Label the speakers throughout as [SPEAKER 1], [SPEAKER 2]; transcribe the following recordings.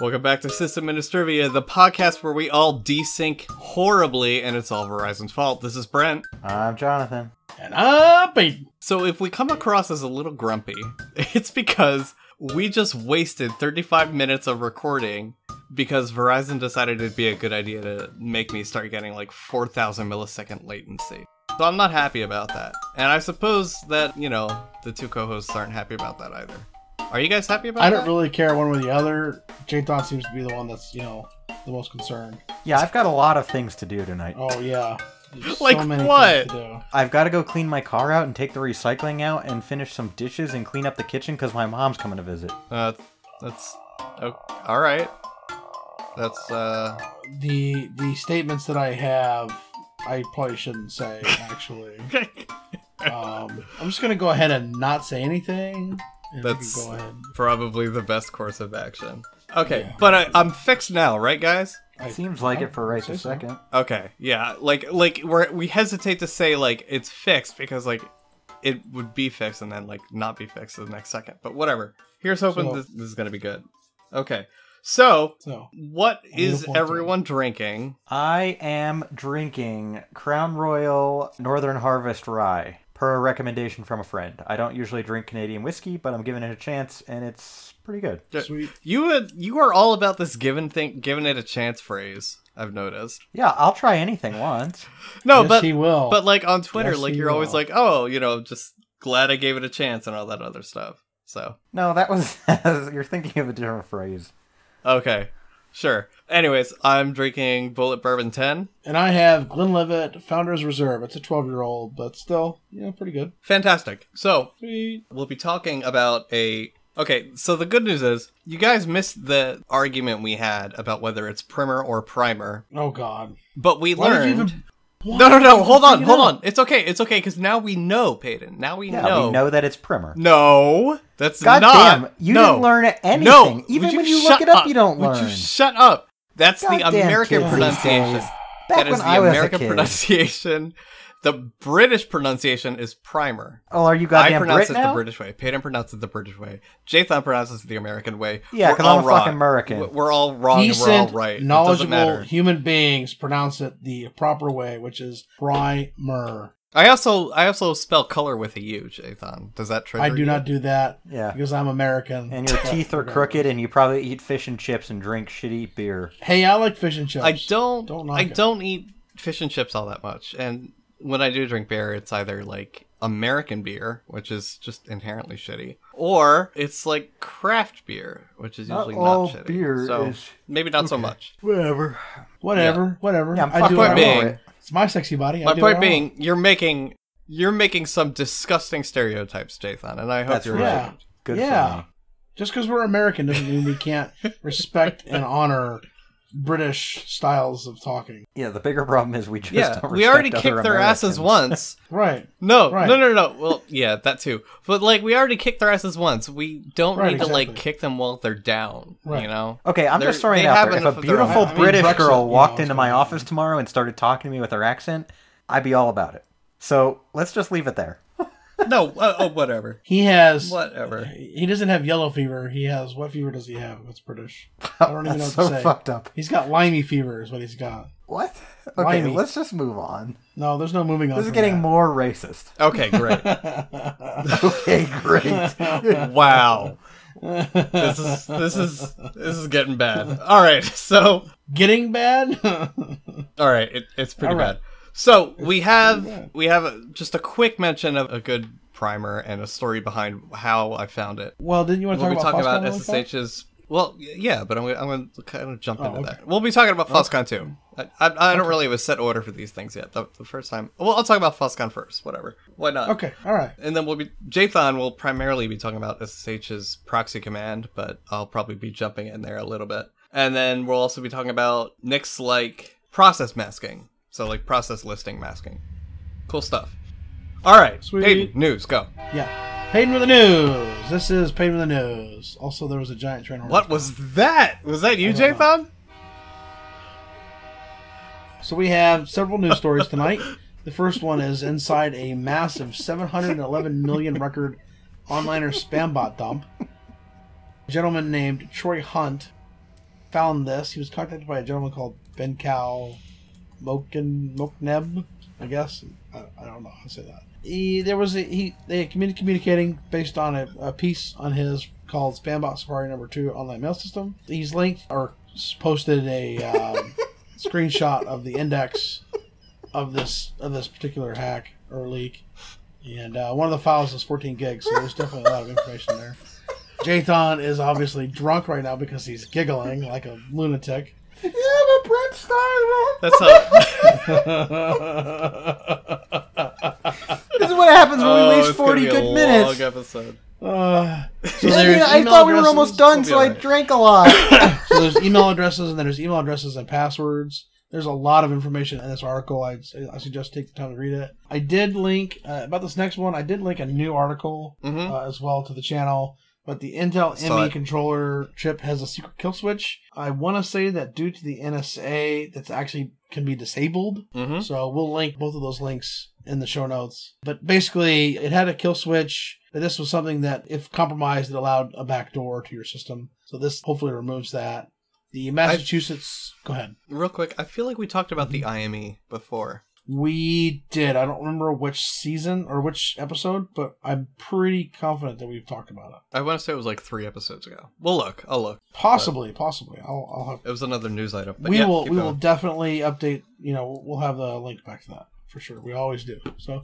[SPEAKER 1] Welcome back to System Ministervia, the podcast where we all desync horribly and it's all Verizon's fault. This is Brent.
[SPEAKER 2] I'm Jonathan.
[SPEAKER 3] And up, and
[SPEAKER 1] So if we come across as a little grumpy, it's because we just wasted 35 minutes of recording because Verizon decided it'd be a good idea to make me start getting like 4,000 millisecond latency. So I'm not happy about that. And I suppose that, you know, the two co-hosts aren't happy about that either. Are you guys happy about
[SPEAKER 3] I
[SPEAKER 1] that?
[SPEAKER 3] don't really care one way or the other. Jathon seems to be the one that's, you know, the most concerned.
[SPEAKER 2] Yeah, I've got a lot of things to do tonight.
[SPEAKER 3] Oh, yeah. There's
[SPEAKER 1] Like
[SPEAKER 3] things
[SPEAKER 1] what?
[SPEAKER 3] to
[SPEAKER 2] I've got to go clean my car out and take the recycling out and finish some dishes and clean up the kitchen because my mom's coming to visit.
[SPEAKER 1] Uh, that's oh, all right. That's uh,
[SPEAKER 3] do. The, the statements that I have, I probably shouldn't say, actually. um, I'm just going to go ahead and not say anything. And we
[SPEAKER 1] That's-
[SPEAKER 3] can go ahead.
[SPEAKER 1] probably the best course of action. Okay,
[SPEAKER 3] Yeah.
[SPEAKER 1] but I, I'm fixed now, right, guys?
[SPEAKER 3] I-
[SPEAKER 2] Seems like
[SPEAKER 3] I
[SPEAKER 2] it for right
[SPEAKER 3] say
[SPEAKER 2] this
[SPEAKER 3] so.
[SPEAKER 2] second.
[SPEAKER 1] Okay, yeah, like like we're we hesitate to say like it's fixed because like it would be fixed and then like not be fixed the next second. But whatever. Here's hoping
[SPEAKER 3] So-
[SPEAKER 1] this, this is gonna be good. Okay, so
[SPEAKER 3] So,
[SPEAKER 1] what
[SPEAKER 3] I need a
[SPEAKER 1] is
[SPEAKER 3] point to-
[SPEAKER 1] everyone drinking?
[SPEAKER 2] I am drinking Crown Royal Northern Harvest Rye per a recommendation from a friend. I don't usually drink Canadian whiskey, but I'm giving it a chance and it's pretty good.
[SPEAKER 1] Yeah.
[SPEAKER 3] sweet.
[SPEAKER 1] You uh, you are all about this given thing, giving it a chance phrase. I've noticed.
[SPEAKER 2] Yeah, I'll try anything once.
[SPEAKER 1] No,
[SPEAKER 3] yes,
[SPEAKER 1] but
[SPEAKER 3] he will.
[SPEAKER 1] But like on Twitter,
[SPEAKER 3] Oh, Yes,
[SPEAKER 1] like
[SPEAKER 3] he
[SPEAKER 1] you're always
[SPEAKER 3] will.
[SPEAKER 1] like, oh, you know, just glad I gave it a chance and all that other stuff. So
[SPEAKER 2] No, that was you're thinking of a different phrase.
[SPEAKER 1] okay, sure. Anyways, I'm drinking Bullet Bourbon Ten.
[SPEAKER 3] and I have Glenlivet Founders Reserve. It's a 12 year old, but still, you know, pretty good.
[SPEAKER 1] Fantastic. So
[SPEAKER 3] Sweet.
[SPEAKER 1] we'll be talking about a. Okay, so the good news is you guys missed the argument we had about whether it's primer or primer,
[SPEAKER 3] Oh, God.
[SPEAKER 1] but we
[SPEAKER 3] Why did
[SPEAKER 1] learned.
[SPEAKER 3] you even- Why
[SPEAKER 1] No, no,
[SPEAKER 3] did you
[SPEAKER 1] no!
[SPEAKER 3] even
[SPEAKER 1] Hold
[SPEAKER 3] bring
[SPEAKER 1] on,
[SPEAKER 3] it
[SPEAKER 1] hold
[SPEAKER 3] up?
[SPEAKER 1] on. It's okay, it's okay, because now we know, Peyton. Now we
[SPEAKER 2] Yeah,
[SPEAKER 1] know.
[SPEAKER 2] we know that it's primer.
[SPEAKER 1] No, that's
[SPEAKER 2] God
[SPEAKER 1] not.
[SPEAKER 2] damn, you
[SPEAKER 1] no.
[SPEAKER 2] didn't learn anything.
[SPEAKER 1] No,
[SPEAKER 2] Even
[SPEAKER 1] would
[SPEAKER 2] when you
[SPEAKER 1] shut
[SPEAKER 2] look it up, you don't
[SPEAKER 1] Would
[SPEAKER 2] learn.
[SPEAKER 1] you shut up? That's the
[SPEAKER 2] Goddamn
[SPEAKER 1] American
[SPEAKER 2] kids these
[SPEAKER 1] pronunciation.
[SPEAKER 2] days. Back
[SPEAKER 1] That
[SPEAKER 2] when
[SPEAKER 1] is the
[SPEAKER 2] I was
[SPEAKER 1] American
[SPEAKER 2] a kid.
[SPEAKER 1] pronunciation. The British pronunciation is primer.
[SPEAKER 2] oh, are you
[SPEAKER 1] I
[SPEAKER 2] goddamn
[SPEAKER 1] pronounce
[SPEAKER 2] Brit
[SPEAKER 1] it
[SPEAKER 2] now?
[SPEAKER 1] the British way. Peyton pronounces it the British way. Jathan pronounces it the American way.
[SPEAKER 2] Yeah,
[SPEAKER 1] We're
[SPEAKER 2] 'cause
[SPEAKER 1] all
[SPEAKER 2] I'm a
[SPEAKER 1] wrong.
[SPEAKER 2] fucking American.
[SPEAKER 1] We- We're all wrong and we're all
[SPEAKER 3] decent,
[SPEAKER 1] right. It doesn't
[SPEAKER 3] knowledgeable
[SPEAKER 1] matter.
[SPEAKER 3] human beings pronounce it the proper way, which is primer.
[SPEAKER 1] I also I also spell color with a U, Jathan. Does that trigger
[SPEAKER 3] I do
[SPEAKER 1] you?
[SPEAKER 3] not do that
[SPEAKER 2] Yeah.
[SPEAKER 3] because I'm American.
[SPEAKER 2] And your teeth are crooked, and you probably eat fish and chips and drink shitty beer.
[SPEAKER 3] Hey, I like fish and chips.
[SPEAKER 1] I don't.
[SPEAKER 3] Don't knock
[SPEAKER 1] I
[SPEAKER 3] it.
[SPEAKER 1] don't eat fish and chips all that much, and when I do drink beer, it's either like American beer, which is just inherently shitty, or it's like craft beer, which is usually not, shitty. so maybe not so much.
[SPEAKER 2] whatever.
[SPEAKER 3] Whatever, whatever.
[SPEAKER 2] Yeah, I'm
[SPEAKER 3] I do
[SPEAKER 2] fucking
[SPEAKER 3] what I
[SPEAKER 1] Point
[SPEAKER 3] want.
[SPEAKER 1] being-
[SPEAKER 2] being,
[SPEAKER 3] it's my sexy body. I
[SPEAKER 1] My
[SPEAKER 3] do
[SPEAKER 1] point
[SPEAKER 3] what I
[SPEAKER 1] being,
[SPEAKER 3] want.
[SPEAKER 1] you're making you're making some disgusting stereotypes, Jathan, and I hope
[SPEAKER 2] That's
[SPEAKER 1] you're
[SPEAKER 2] right.
[SPEAKER 1] right.
[SPEAKER 3] yeah,
[SPEAKER 2] good
[SPEAKER 3] Yeah.
[SPEAKER 2] for me.
[SPEAKER 3] just because we're American doesn't mean we can't respect and honor British styles of talking.
[SPEAKER 2] Yeah, the bigger problem is we just
[SPEAKER 1] Yeah,
[SPEAKER 2] don't
[SPEAKER 1] we already
[SPEAKER 2] respect
[SPEAKER 1] kicked
[SPEAKER 2] other
[SPEAKER 1] their asses
[SPEAKER 2] Americans.
[SPEAKER 1] once.
[SPEAKER 3] Right.
[SPEAKER 1] No,
[SPEAKER 3] Right.
[SPEAKER 1] no, no, no. Well, yeah, that too. But like, we already kicked their asses once. We don't
[SPEAKER 3] Right,
[SPEAKER 1] need to like
[SPEAKER 3] exactly.
[SPEAKER 1] kick them while they're down. You
[SPEAKER 3] Right.
[SPEAKER 1] know.
[SPEAKER 2] Okay, I'm
[SPEAKER 1] They're-
[SPEAKER 2] just throwing
[SPEAKER 1] they
[SPEAKER 2] it out
[SPEAKER 1] have
[SPEAKER 2] there.
[SPEAKER 1] enough
[SPEAKER 2] If a
[SPEAKER 1] of their own.
[SPEAKER 2] beautiful
[SPEAKER 3] I mean,
[SPEAKER 2] British
[SPEAKER 3] Brexit,
[SPEAKER 2] girl
[SPEAKER 3] you
[SPEAKER 2] walked
[SPEAKER 3] know,
[SPEAKER 2] into my
[SPEAKER 3] so-
[SPEAKER 2] office tomorrow and started talking to me with her accent, I'd be all about it. So let's just leave it there.
[SPEAKER 1] no, uh, oh, whatever.
[SPEAKER 3] He has
[SPEAKER 1] Whatever.
[SPEAKER 3] He doesn't have yellow fever. He has what fever does he have? It's British. I don't even know what
[SPEAKER 2] That's so
[SPEAKER 3] to say.
[SPEAKER 2] fucked up.
[SPEAKER 3] He's got limey fever, is what he's got.
[SPEAKER 2] What? Okay,
[SPEAKER 3] Limey.
[SPEAKER 2] let's just move on.
[SPEAKER 3] No, there's no moving on.
[SPEAKER 2] This is
[SPEAKER 3] from
[SPEAKER 2] getting
[SPEAKER 3] that.
[SPEAKER 2] more racist.
[SPEAKER 1] Okay, great.
[SPEAKER 2] Okay, great.
[SPEAKER 1] wow. This is this is this is getting bad. All right. So,
[SPEAKER 3] getting bad.
[SPEAKER 1] all right, it, it's pretty
[SPEAKER 3] All right.
[SPEAKER 1] bad. So, we
[SPEAKER 3] bad.
[SPEAKER 1] have we have a, just a quick mention of a good primer and a story behind how I found it.
[SPEAKER 3] well, didn't you want to
[SPEAKER 1] We'll be
[SPEAKER 3] talk
[SPEAKER 1] talking
[SPEAKER 3] about
[SPEAKER 1] about
[SPEAKER 3] Foxconn really fast?
[SPEAKER 1] SSH's well, y- yeah, but I'm gonna, I'm going to kind of jump into
[SPEAKER 3] Oh, okay.
[SPEAKER 1] that. We'll be talking about Foscon too. I, I, I don't really have a set order for these things yet. The, the first time, well, I'll talk about Foscon first. Whatever, why not?
[SPEAKER 3] Okay, all right.
[SPEAKER 1] and then we'll be Jathan will primarily be talking about SSH's proxy command, but I'll probably be jumping in there a little bit. And then we'll also be talking about Nick's like process masking. So like process listing masking. Cool stuff. All right,
[SPEAKER 3] Sweet.
[SPEAKER 1] Peyton, news go.
[SPEAKER 3] Yeah, Payton with the news. This is Payton with the news. Also, there was a giant train. horn.
[SPEAKER 1] What was that? Was that you,
[SPEAKER 3] I don't know.
[SPEAKER 1] Jathan?
[SPEAKER 3] So we have several news stories tonight. The first one is inside a massive 711 million record onliner spam bot dump. A gentleman named Troy Hunt found this. He was contacted by a gentleman called Ben Cow Moken Mokneb, I guess. I, I don't know how to say that. He, there was a, he they had communi- communicating based on a, a piece on his called Spambox Safari Number Two Online Mail System. He's linked or s- posted a um, screenshot of the index of this of this particular hack or leak, and uh, one of the files is 14 gigs, so there's definitely a lot of information there. Jathan is obviously drunk right now because he's giggling like a lunatic.
[SPEAKER 2] Yeah, but Brent started
[SPEAKER 1] That's a.
[SPEAKER 3] Uh,
[SPEAKER 2] This is what happens when
[SPEAKER 1] oh,
[SPEAKER 2] we reach
[SPEAKER 1] it's gonna
[SPEAKER 2] 40
[SPEAKER 1] be a
[SPEAKER 2] good
[SPEAKER 1] long
[SPEAKER 2] minutes.
[SPEAKER 1] episode.
[SPEAKER 3] Uh, so
[SPEAKER 2] I,
[SPEAKER 3] there's
[SPEAKER 2] mean, I
[SPEAKER 3] email
[SPEAKER 2] thought we were
[SPEAKER 3] addresses.
[SPEAKER 2] almost done,
[SPEAKER 1] We'll be
[SPEAKER 2] so I
[SPEAKER 1] alright.
[SPEAKER 2] drank a lot.
[SPEAKER 3] So there's email addresses and then there's email addresses and passwords. There's a lot of information in this article. I, I suggest take the time to read it. I did link uh, about this next one. I did link a new article
[SPEAKER 1] hmm
[SPEAKER 3] uh, as well to the channel. But the Intel
[SPEAKER 1] Saw
[SPEAKER 3] ME
[SPEAKER 1] it.
[SPEAKER 3] controller chip has a secret kill switch. I want to say that due to the NSA, that's actually can be disabled.
[SPEAKER 1] hmm
[SPEAKER 3] So we'll link both of those links in the show notes. But basically, it had a kill switch. But this was something that, if compromised, it allowed a backdoor to your system. So this hopefully removes that. The Massachusetts. Go ahead.
[SPEAKER 1] Real quick, I feel like we talked about
[SPEAKER 2] Mm-hmm.
[SPEAKER 1] the IME before.
[SPEAKER 3] We did. I don't remember which season or which episode, but I'm pretty confident that we've talked about it.
[SPEAKER 1] I want to say it was like three episodes ago. We'll look. I'll look.
[SPEAKER 3] Possibly, possibly. I'll, I'll have.
[SPEAKER 1] It was another news item. But
[SPEAKER 3] we
[SPEAKER 1] yeah,
[SPEAKER 3] will.
[SPEAKER 1] keep
[SPEAKER 3] We
[SPEAKER 1] going.
[SPEAKER 3] will definitely update. You know, we'll have the link back to that for sure. We always do. So,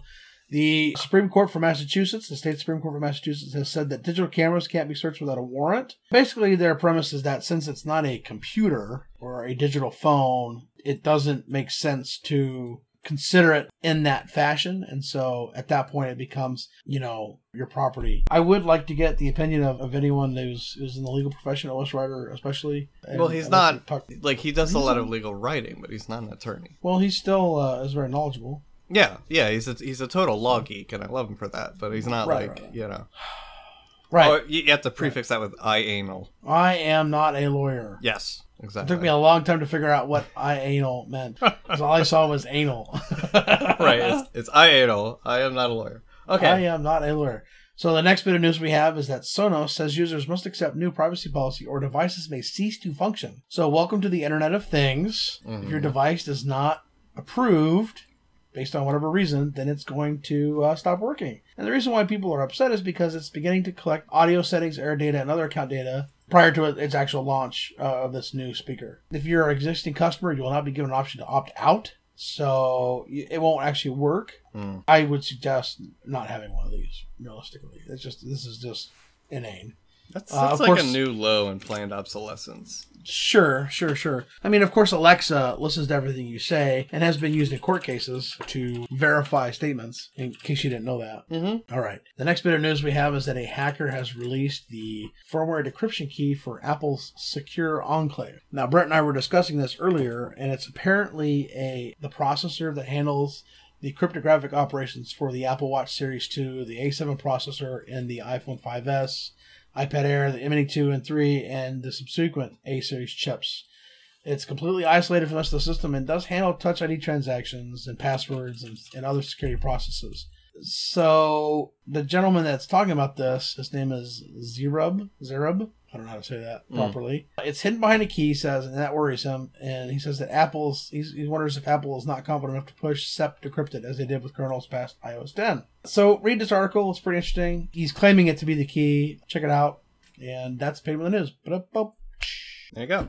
[SPEAKER 3] the Supreme Court for Massachusetts, the state Supreme Court for Massachusetts, has said that digital cameras can't be searched without a warrant. Basically, their premise is that since it's not a computer or a digital phone, it doesn't make sense to consider it in that fashion and so at that point it becomes you know your property i would like to get the opinion of, of anyone who's who's in the legal profession os writer especially and
[SPEAKER 1] Well, he's
[SPEAKER 3] I'd like
[SPEAKER 1] not-
[SPEAKER 3] to talk-
[SPEAKER 1] Like he does a lot of legal writing, but he's not an attorney.
[SPEAKER 3] well, he still uh, is very knowledgeable.
[SPEAKER 1] Yeah, yeah, he's a he's a total law geek, and I love him for that. But he's not
[SPEAKER 3] Right,
[SPEAKER 1] like
[SPEAKER 3] right.
[SPEAKER 1] you know.
[SPEAKER 3] Right.
[SPEAKER 1] Oh, you, you have to prefix that with I anal.
[SPEAKER 3] I am not a lawyer.
[SPEAKER 1] Yes,
[SPEAKER 3] It
[SPEAKER 1] exactly.
[SPEAKER 3] took me a long time to figure out what I anal meant. 'cause all I saw was anal.
[SPEAKER 1] right. It's, it's I anal. I am not a lawyer.
[SPEAKER 3] I
[SPEAKER 1] Okay.
[SPEAKER 3] am not a lawyer. So the next bit of news we have is that Sonos says users must accept new privacy policy or devices may cease to function. So welcome to the Internet of Things. If your
[SPEAKER 1] Mhm.
[SPEAKER 3] device is not approved based on whatever reason, then it's going to uh, stop working. And the reason why people are upset is because it's beginning to collect audio settings, air data, and other account data prior to its actual launch uh, of this new speaker. If you're an existing customer, you will not be given an option to opt out. So y- it won't actually work.
[SPEAKER 1] Mm.
[SPEAKER 3] I would suggest not having one of these. Realistically, it's just this is just inane.
[SPEAKER 1] That's,
[SPEAKER 3] Uh,
[SPEAKER 1] that's
[SPEAKER 3] of
[SPEAKER 1] like a
[SPEAKER 3] course-
[SPEAKER 1] new low in planned obsolescence.
[SPEAKER 3] Sure, sure, sure. I mean, of course, Alexa listens to everything you say and has been used in court cases to verify statements. In case you didn't know that.
[SPEAKER 1] Mm-hmm.
[SPEAKER 3] All right. The next bit of news we have is that a hacker has released the firmware decryption key for Apple's Secure Enclave. Now, Brett and I were discussing this earlier, and it's apparently a the processor that handles the cryptographic operations for the Apple Watch Series 2, the A7 processor, and the iPhone 5S, iPad Air, the M 2 and 3, and the subsequent A Series chips. It's completely isolated from the rest of the system and does handle Touch ID transactions and passwords and, and other security processes. So the gentleman that's talking about this, his name is Zerub. Zerub. I don't know how to say that
[SPEAKER 1] Mm.
[SPEAKER 3] properly. It's hidden behind a key, he says, and that worries him. And he says that Apple's, he's, he wonders if Apple is not confident enough to push SEP decrypted as they did with kernels past iOS 10. So read this article. It's pretty interesting. He's claiming it to be the key. Check it out. And that's paid with the news. Ba-da-bop.
[SPEAKER 1] There you go.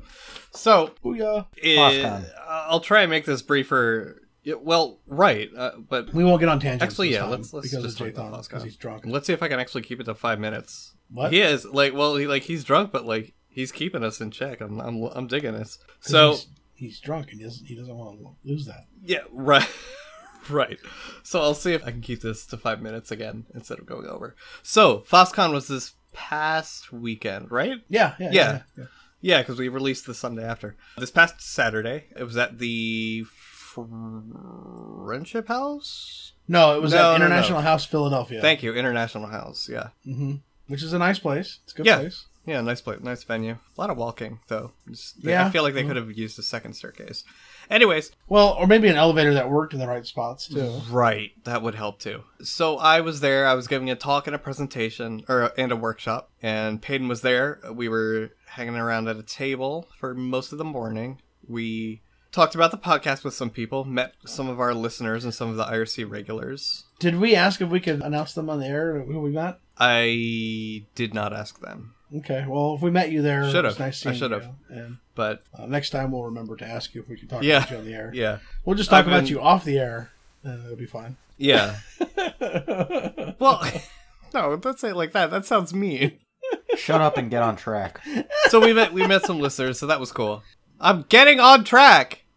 [SPEAKER 1] So
[SPEAKER 3] Booyah.
[SPEAKER 1] eh,
[SPEAKER 2] Foscon.
[SPEAKER 1] I'll try and make this briefer. Yeah, Well, right, uh, but
[SPEAKER 3] We won't get on tangents.
[SPEAKER 1] Actually,
[SPEAKER 3] this
[SPEAKER 1] yeah,
[SPEAKER 3] time
[SPEAKER 1] let's- let's
[SPEAKER 3] because
[SPEAKER 1] just talk
[SPEAKER 3] of
[SPEAKER 1] about
[SPEAKER 3] Jathan,
[SPEAKER 1] Foscon.
[SPEAKER 3] because he's drunk.
[SPEAKER 1] let's see if I can actually keep it to five minutes.
[SPEAKER 3] What?
[SPEAKER 1] He is like, well, he, like he's drunk, but like he's keeping us in check. I'm, I'm, I'm digging this.
[SPEAKER 3] 'Cause
[SPEAKER 1] So
[SPEAKER 3] he's, he's drunk and he doesn't, he doesn't want to lose that.
[SPEAKER 1] yeah, right, right. So I'll see if I can keep this to five minutes again instead of going over. So FosCon was this past weekend, right?
[SPEAKER 3] Yeah, yeah,
[SPEAKER 1] Yeah.
[SPEAKER 3] yeah. yeah.
[SPEAKER 1] Yeah, because we released the Sunday after. This past Saturday, it was at the Friendship House.
[SPEAKER 3] No, it was
[SPEAKER 1] No,
[SPEAKER 3] at
[SPEAKER 1] no, no.
[SPEAKER 3] International House Philadelphia.
[SPEAKER 1] Thank you, International House. Yeah,
[SPEAKER 3] hmm Which is a nice place. It's a good
[SPEAKER 1] Yeah.
[SPEAKER 3] place.
[SPEAKER 1] Yeah, nice place, nice venue. A lot of walking though. Just- they- I
[SPEAKER 3] Yeah. Mm-hmm.
[SPEAKER 1] feel like they could have used a second staircase. Anyways,
[SPEAKER 3] Well, or maybe an elevator that worked in the right spots
[SPEAKER 1] Mm-hmm.
[SPEAKER 3] too.
[SPEAKER 1] right, that would help too. So I was there. I was giving a talk and a presentation, or and a workshop, and Peyton was there. We were hanging around at a table for most of the morning. We talked about the podcast with some people, met some of our listeners and some of the IRC regulars.
[SPEAKER 3] Did we ask if we could announce them on the air who we met?
[SPEAKER 1] I did not ask them,
[SPEAKER 3] Okay. Well, if we met you there, it
[SPEAKER 1] Should've.
[SPEAKER 3] was nice
[SPEAKER 1] I
[SPEAKER 3] seeing
[SPEAKER 1] should've.
[SPEAKER 3] you. And
[SPEAKER 1] but
[SPEAKER 3] uh, next time we'll remember to ask you if we can talk
[SPEAKER 1] Yeah.
[SPEAKER 3] about you on the air.
[SPEAKER 1] yeah,
[SPEAKER 3] We'll just talk
[SPEAKER 1] I've
[SPEAKER 3] about
[SPEAKER 1] been-
[SPEAKER 3] you off the air, and it'll be fine.
[SPEAKER 1] yeah. well, no, don't say it like that. That sounds mean.
[SPEAKER 2] Shut up and get on track.
[SPEAKER 1] so we met we met some listeners, so that was cool. I'm getting on track.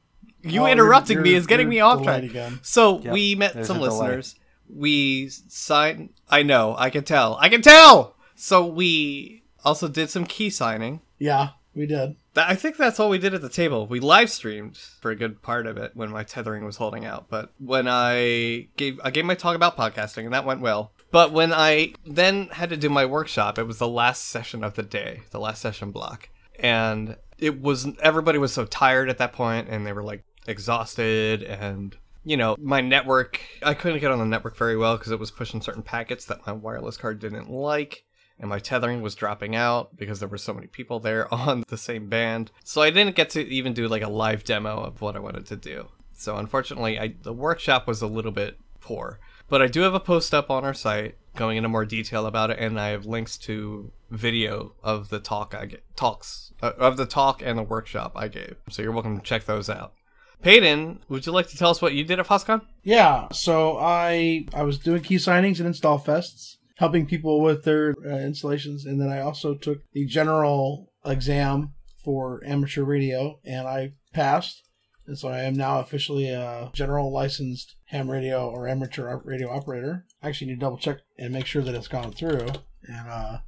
[SPEAKER 1] You
[SPEAKER 3] Oh, you're-
[SPEAKER 1] interrupting me
[SPEAKER 3] you're-
[SPEAKER 1] is getting me
[SPEAKER 3] you're
[SPEAKER 1] off
[SPEAKER 3] delayed
[SPEAKER 1] track.
[SPEAKER 3] again.
[SPEAKER 1] So
[SPEAKER 2] Yep,
[SPEAKER 1] we met
[SPEAKER 2] there's
[SPEAKER 1] some
[SPEAKER 2] a delay.
[SPEAKER 1] listeners. We signed. I know. I can tell. I can tell. So we also did some key signing.
[SPEAKER 3] Yeah, we did.
[SPEAKER 1] That, I think that's all we did at the table. We live streamed for a good part of it when my tethering was holding out. But when I gave I gave my talk about podcasting and that went well. But when I then had to do my workshop, it was the last session of the day, the last session block. And it was everybody was so tired at that point and they were like exhausted and you know, my network, I couldn't get on the network very well because it was pushing certain packets that my wireless card didn't like and my tethering was dropping out because there were so many people there on the same band. So I didn't get to even do like a live demo of what I wanted to do. So unfortunately, I, the workshop was a little bit poor. But I do have a post up on our site going into more detail about it, and I have links to video of the talk I get, talks uh, of the talk and the workshop I gave. So you're welcome to check those out. Peyton, would you like to tell us what you did at FOSCON?
[SPEAKER 3] Yeah, so I I was doing key signings and install fests, helping people with their uh, installations, and then I also took the general exam for amateur radio, and I passed, and so I am now officially a general licensed ham radio or amateur op- radio operator. I actually need to double check and make sure that it's gone through, and uh,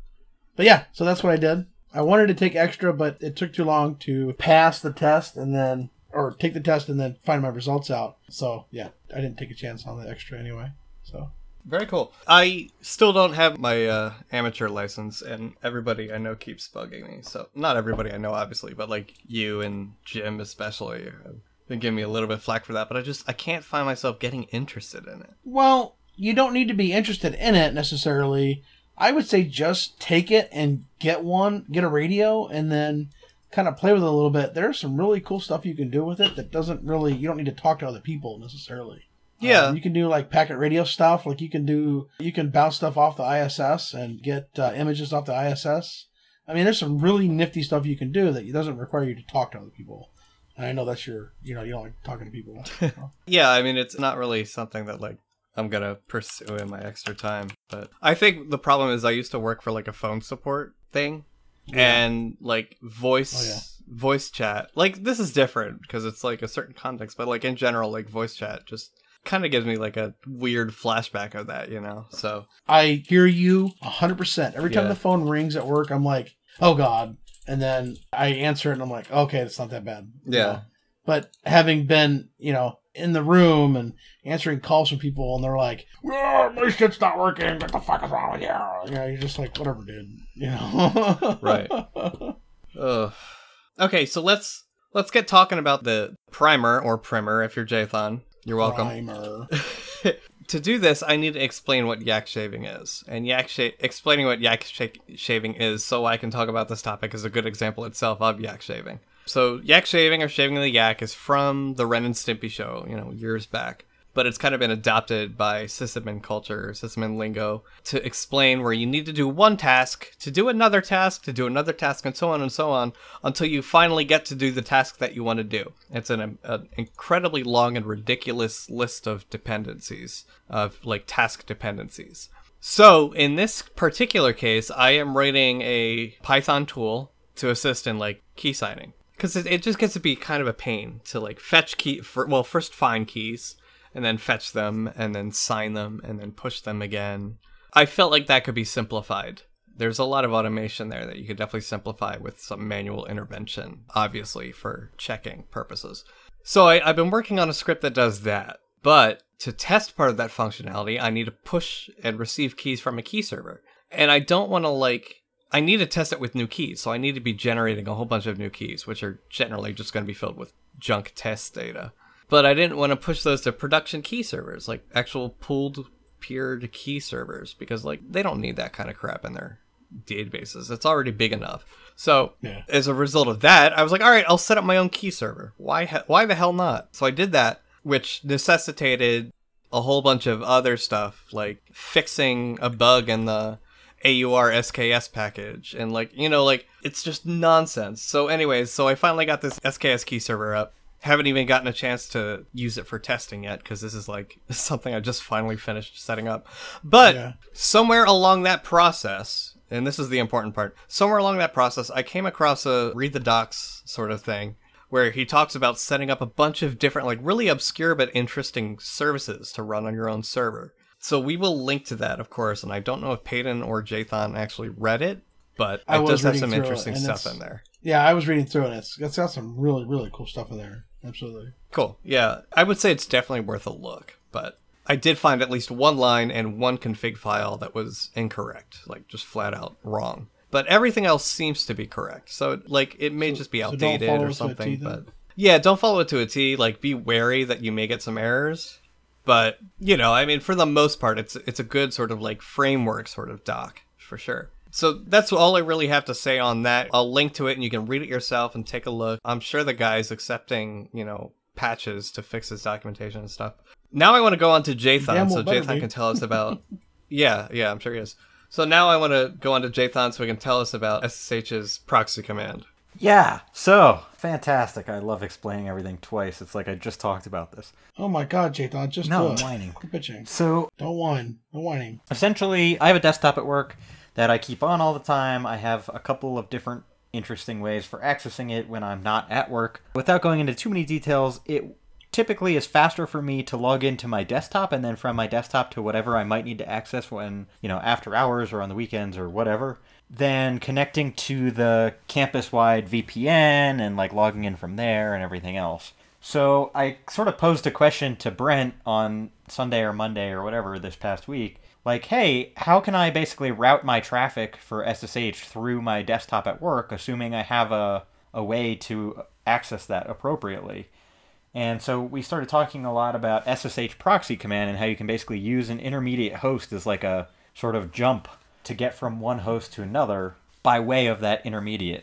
[SPEAKER 3] but yeah, so that's what I did. I wanted to take extra, but it took too long to pass the test and then, or take the test and then find my results out. So yeah, I didn't take a chance on the extra anyway. So
[SPEAKER 1] Very cool. I still don't have my uh, amateur license, and everybody I know keeps bugging me. So, not everybody I know, obviously, but like you and Jim especially have been giving me a little bit of flack for that. But I just I can't find myself getting interested in it.
[SPEAKER 3] well, you don't need to be interested in it necessarily. I would say just take it and get one, get a radio, and then kind of play with it a little bit. There's some really cool stuff you can do with it that doesn't really you don't need to talk to other people necessarily.
[SPEAKER 1] Yeah,
[SPEAKER 3] Um, you can do like packet radio stuff. Like you can do, you can bounce stuff off the ISS and get uh, images off the ISS. I mean, there's some really nifty stuff you can do that doesn't require you to talk to other people. And I know that's your, you know, you don't like talking to people.
[SPEAKER 1] yeah. I mean, it's not really something that like I'm gonna pursue in my extra time. But I think the problem is I used to work for like a phone support thing, and like voice voice chat like this is different because it's like a certain context but like in general like voice chat just kind of gives me like a weird flashback of that you know so
[SPEAKER 3] I hear you 100%. Every time
[SPEAKER 1] Yeah.
[SPEAKER 3] the phone rings at work, I'm like, oh God. And then I answer it and I'm like, okay, it's not that bad. You
[SPEAKER 1] Yeah.
[SPEAKER 3] know? But having been, you know, in the room and answering calls from people and they're like, "Yeah, my shit's not working. What the fuck is wrong with you? You know, you're just like, whatever, dude. You know?
[SPEAKER 1] Right. ugh. okay so let's let's get talking about the primer or primer if you're jathan you're welcome
[SPEAKER 3] Primer.
[SPEAKER 1] to do this, I need to explain what yak shaving is, and yak sha- explaining what yak sha- shaving is, so I can talk about this topic is a good example itself of yak shaving. So yak shaving or shaving of the yak is from the Ren and Stimpy show, you know, years back, but it's kind of been adopted by sysadmin culture, sysadmin lingo, to explain where you need to do one task to do another task to do another task, and so on and so on, until you finally get to do the task that you want to do. It's an, an incredibly long and ridiculous list of dependencies, of like task dependencies. So, in this particular case, I am writing a Python tool to assist in like key signing because it, it just gets to be kind of a pain to like fetch key for well first find keys and then fetch them and then sign them and then push them again I felt like that could be simplified. There's a lot of automation there that you could definitely simplify with some manual intervention, obviously, for checking purposes. So I, I've been working on a script that does that. But to test part of that functionality, I need to push and receive keys from a key server. And I don't want to, like, I need to test it with new keys, so I need to be generating a whole bunch of new keys, which are generally just going to be filled with junk test data. But I didn't want to push those to production key servers, like actual pooled peered key servers, because like they don't need that kind of crap in their databases. It's already big enough. So
[SPEAKER 3] Yeah.
[SPEAKER 1] as a result of that, I was like, all right, I'll set up my own key server. Why? He- why the hell not? So I did that, which necessitated a whole bunch of other stuff, like fixing a bug in the AUR SKS package, and like you know, like it's just nonsense. So, anyways, so I finally got this SKS key server up. Haven't even gotten a chance to use it for testing yet because this is like something I just finally finished setting up. But
[SPEAKER 3] Yeah.
[SPEAKER 1] somewhere along that process, and this is the important part, somewhere along that process, I came across a read the docs sort of thing where he talks about setting up a bunch of different, like really obscure but interesting services to run on your own server. So we will link to that, of course, and I don't know if Peyton or Jathan actually read it, but
[SPEAKER 3] I
[SPEAKER 1] it does
[SPEAKER 3] was
[SPEAKER 1] have
[SPEAKER 3] reading
[SPEAKER 1] some
[SPEAKER 3] through it,
[SPEAKER 1] interesting
[SPEAKER 3] and
[SPEAKER 1] stuff
[SPEAKER 3] it's-
[SPEAKER 1] in there.
[SPEAKER 3] Yeah, I was reading through it. It's, it's got some really, really cool stuff in there. Absolutely.
[SPEAKER 1] Cool. Yeah, I would say it's definitely worth a look, but I did find at least one line and one config file that was incorrect, like just flat out wrong. But everything else seems to be correct. So like it may just be
[SPEAKER 3] so don't
[SPEAKER 1] outdated
[SPEAKER 3] follow it to
[SPEAKER 1] or
[SPEAKER 3] a T
[SPEAKER 1] something,
[SPEAKER 3] then?
[SPEAKER 1] but yeah, don't follow it to a T. Like be wary that you may get some errors. But, you know, I mean for the most part it's it's a good sort of like framework sort of doc for sure. So that's all I really have to say on that. I'll link to it and you can read it yourself and take a look. I'm sure the guy's accepting, you know, patches to fix his documentation and stuff. Now I want to go on to
[SPEAKER 3] Damn
[SPEAKER 1] Jathan
[SPEAKER 3] well
[SPEAKER 1] so
[SPEAKER 3] better
[SPEAKER 1] Jathan
[SPEAKER 3] be.
[SPEAKER 1] can tell us about Yeah, yeah, I'm sure he is. So now I want to go on to Jathan so he can tell us about SSH's proxy command.
[SPEAKER 2] Yeah. So fantastic. I love explaining everything twice. It's like I just talked about this.
[SPEAKER 3] Oh my God, Jathan, just
[SPEAKER 2] No,
[SPEAKER 3] do
[SPEAKER 2] I'm
[SPEAKER 3] it.
[SPEAKER 2] whining.
[SPEAKER 3] Quit bitching.
[SPEAKER 2] So
[SPEAKER 3] Don't whine. Don't whining.
[SPEAKER 2] essentially i have a desktop at work that i keep on all the time i have a couple of different interesting ways for accessing it when i'm not at work without going into too many details it typically is faster for me to log into my desktop and then from my desktop to whatever i might need to access when you know after hours or on the weekends or whatever than connecting to the campus wide vpn and like logging in from there and everything else so I sort of posed a question to Brent on Sunday or Monday or whatever this past week. Like, hey, how can I basically route my traffic for SSH through my desktop at work, assuming I have a, a way to access that appropriately? And so we started talking a lot about SSH proxy command and how you can basically use an intermediate host as like a sort of jump to get from one host to another by way of that intermediate.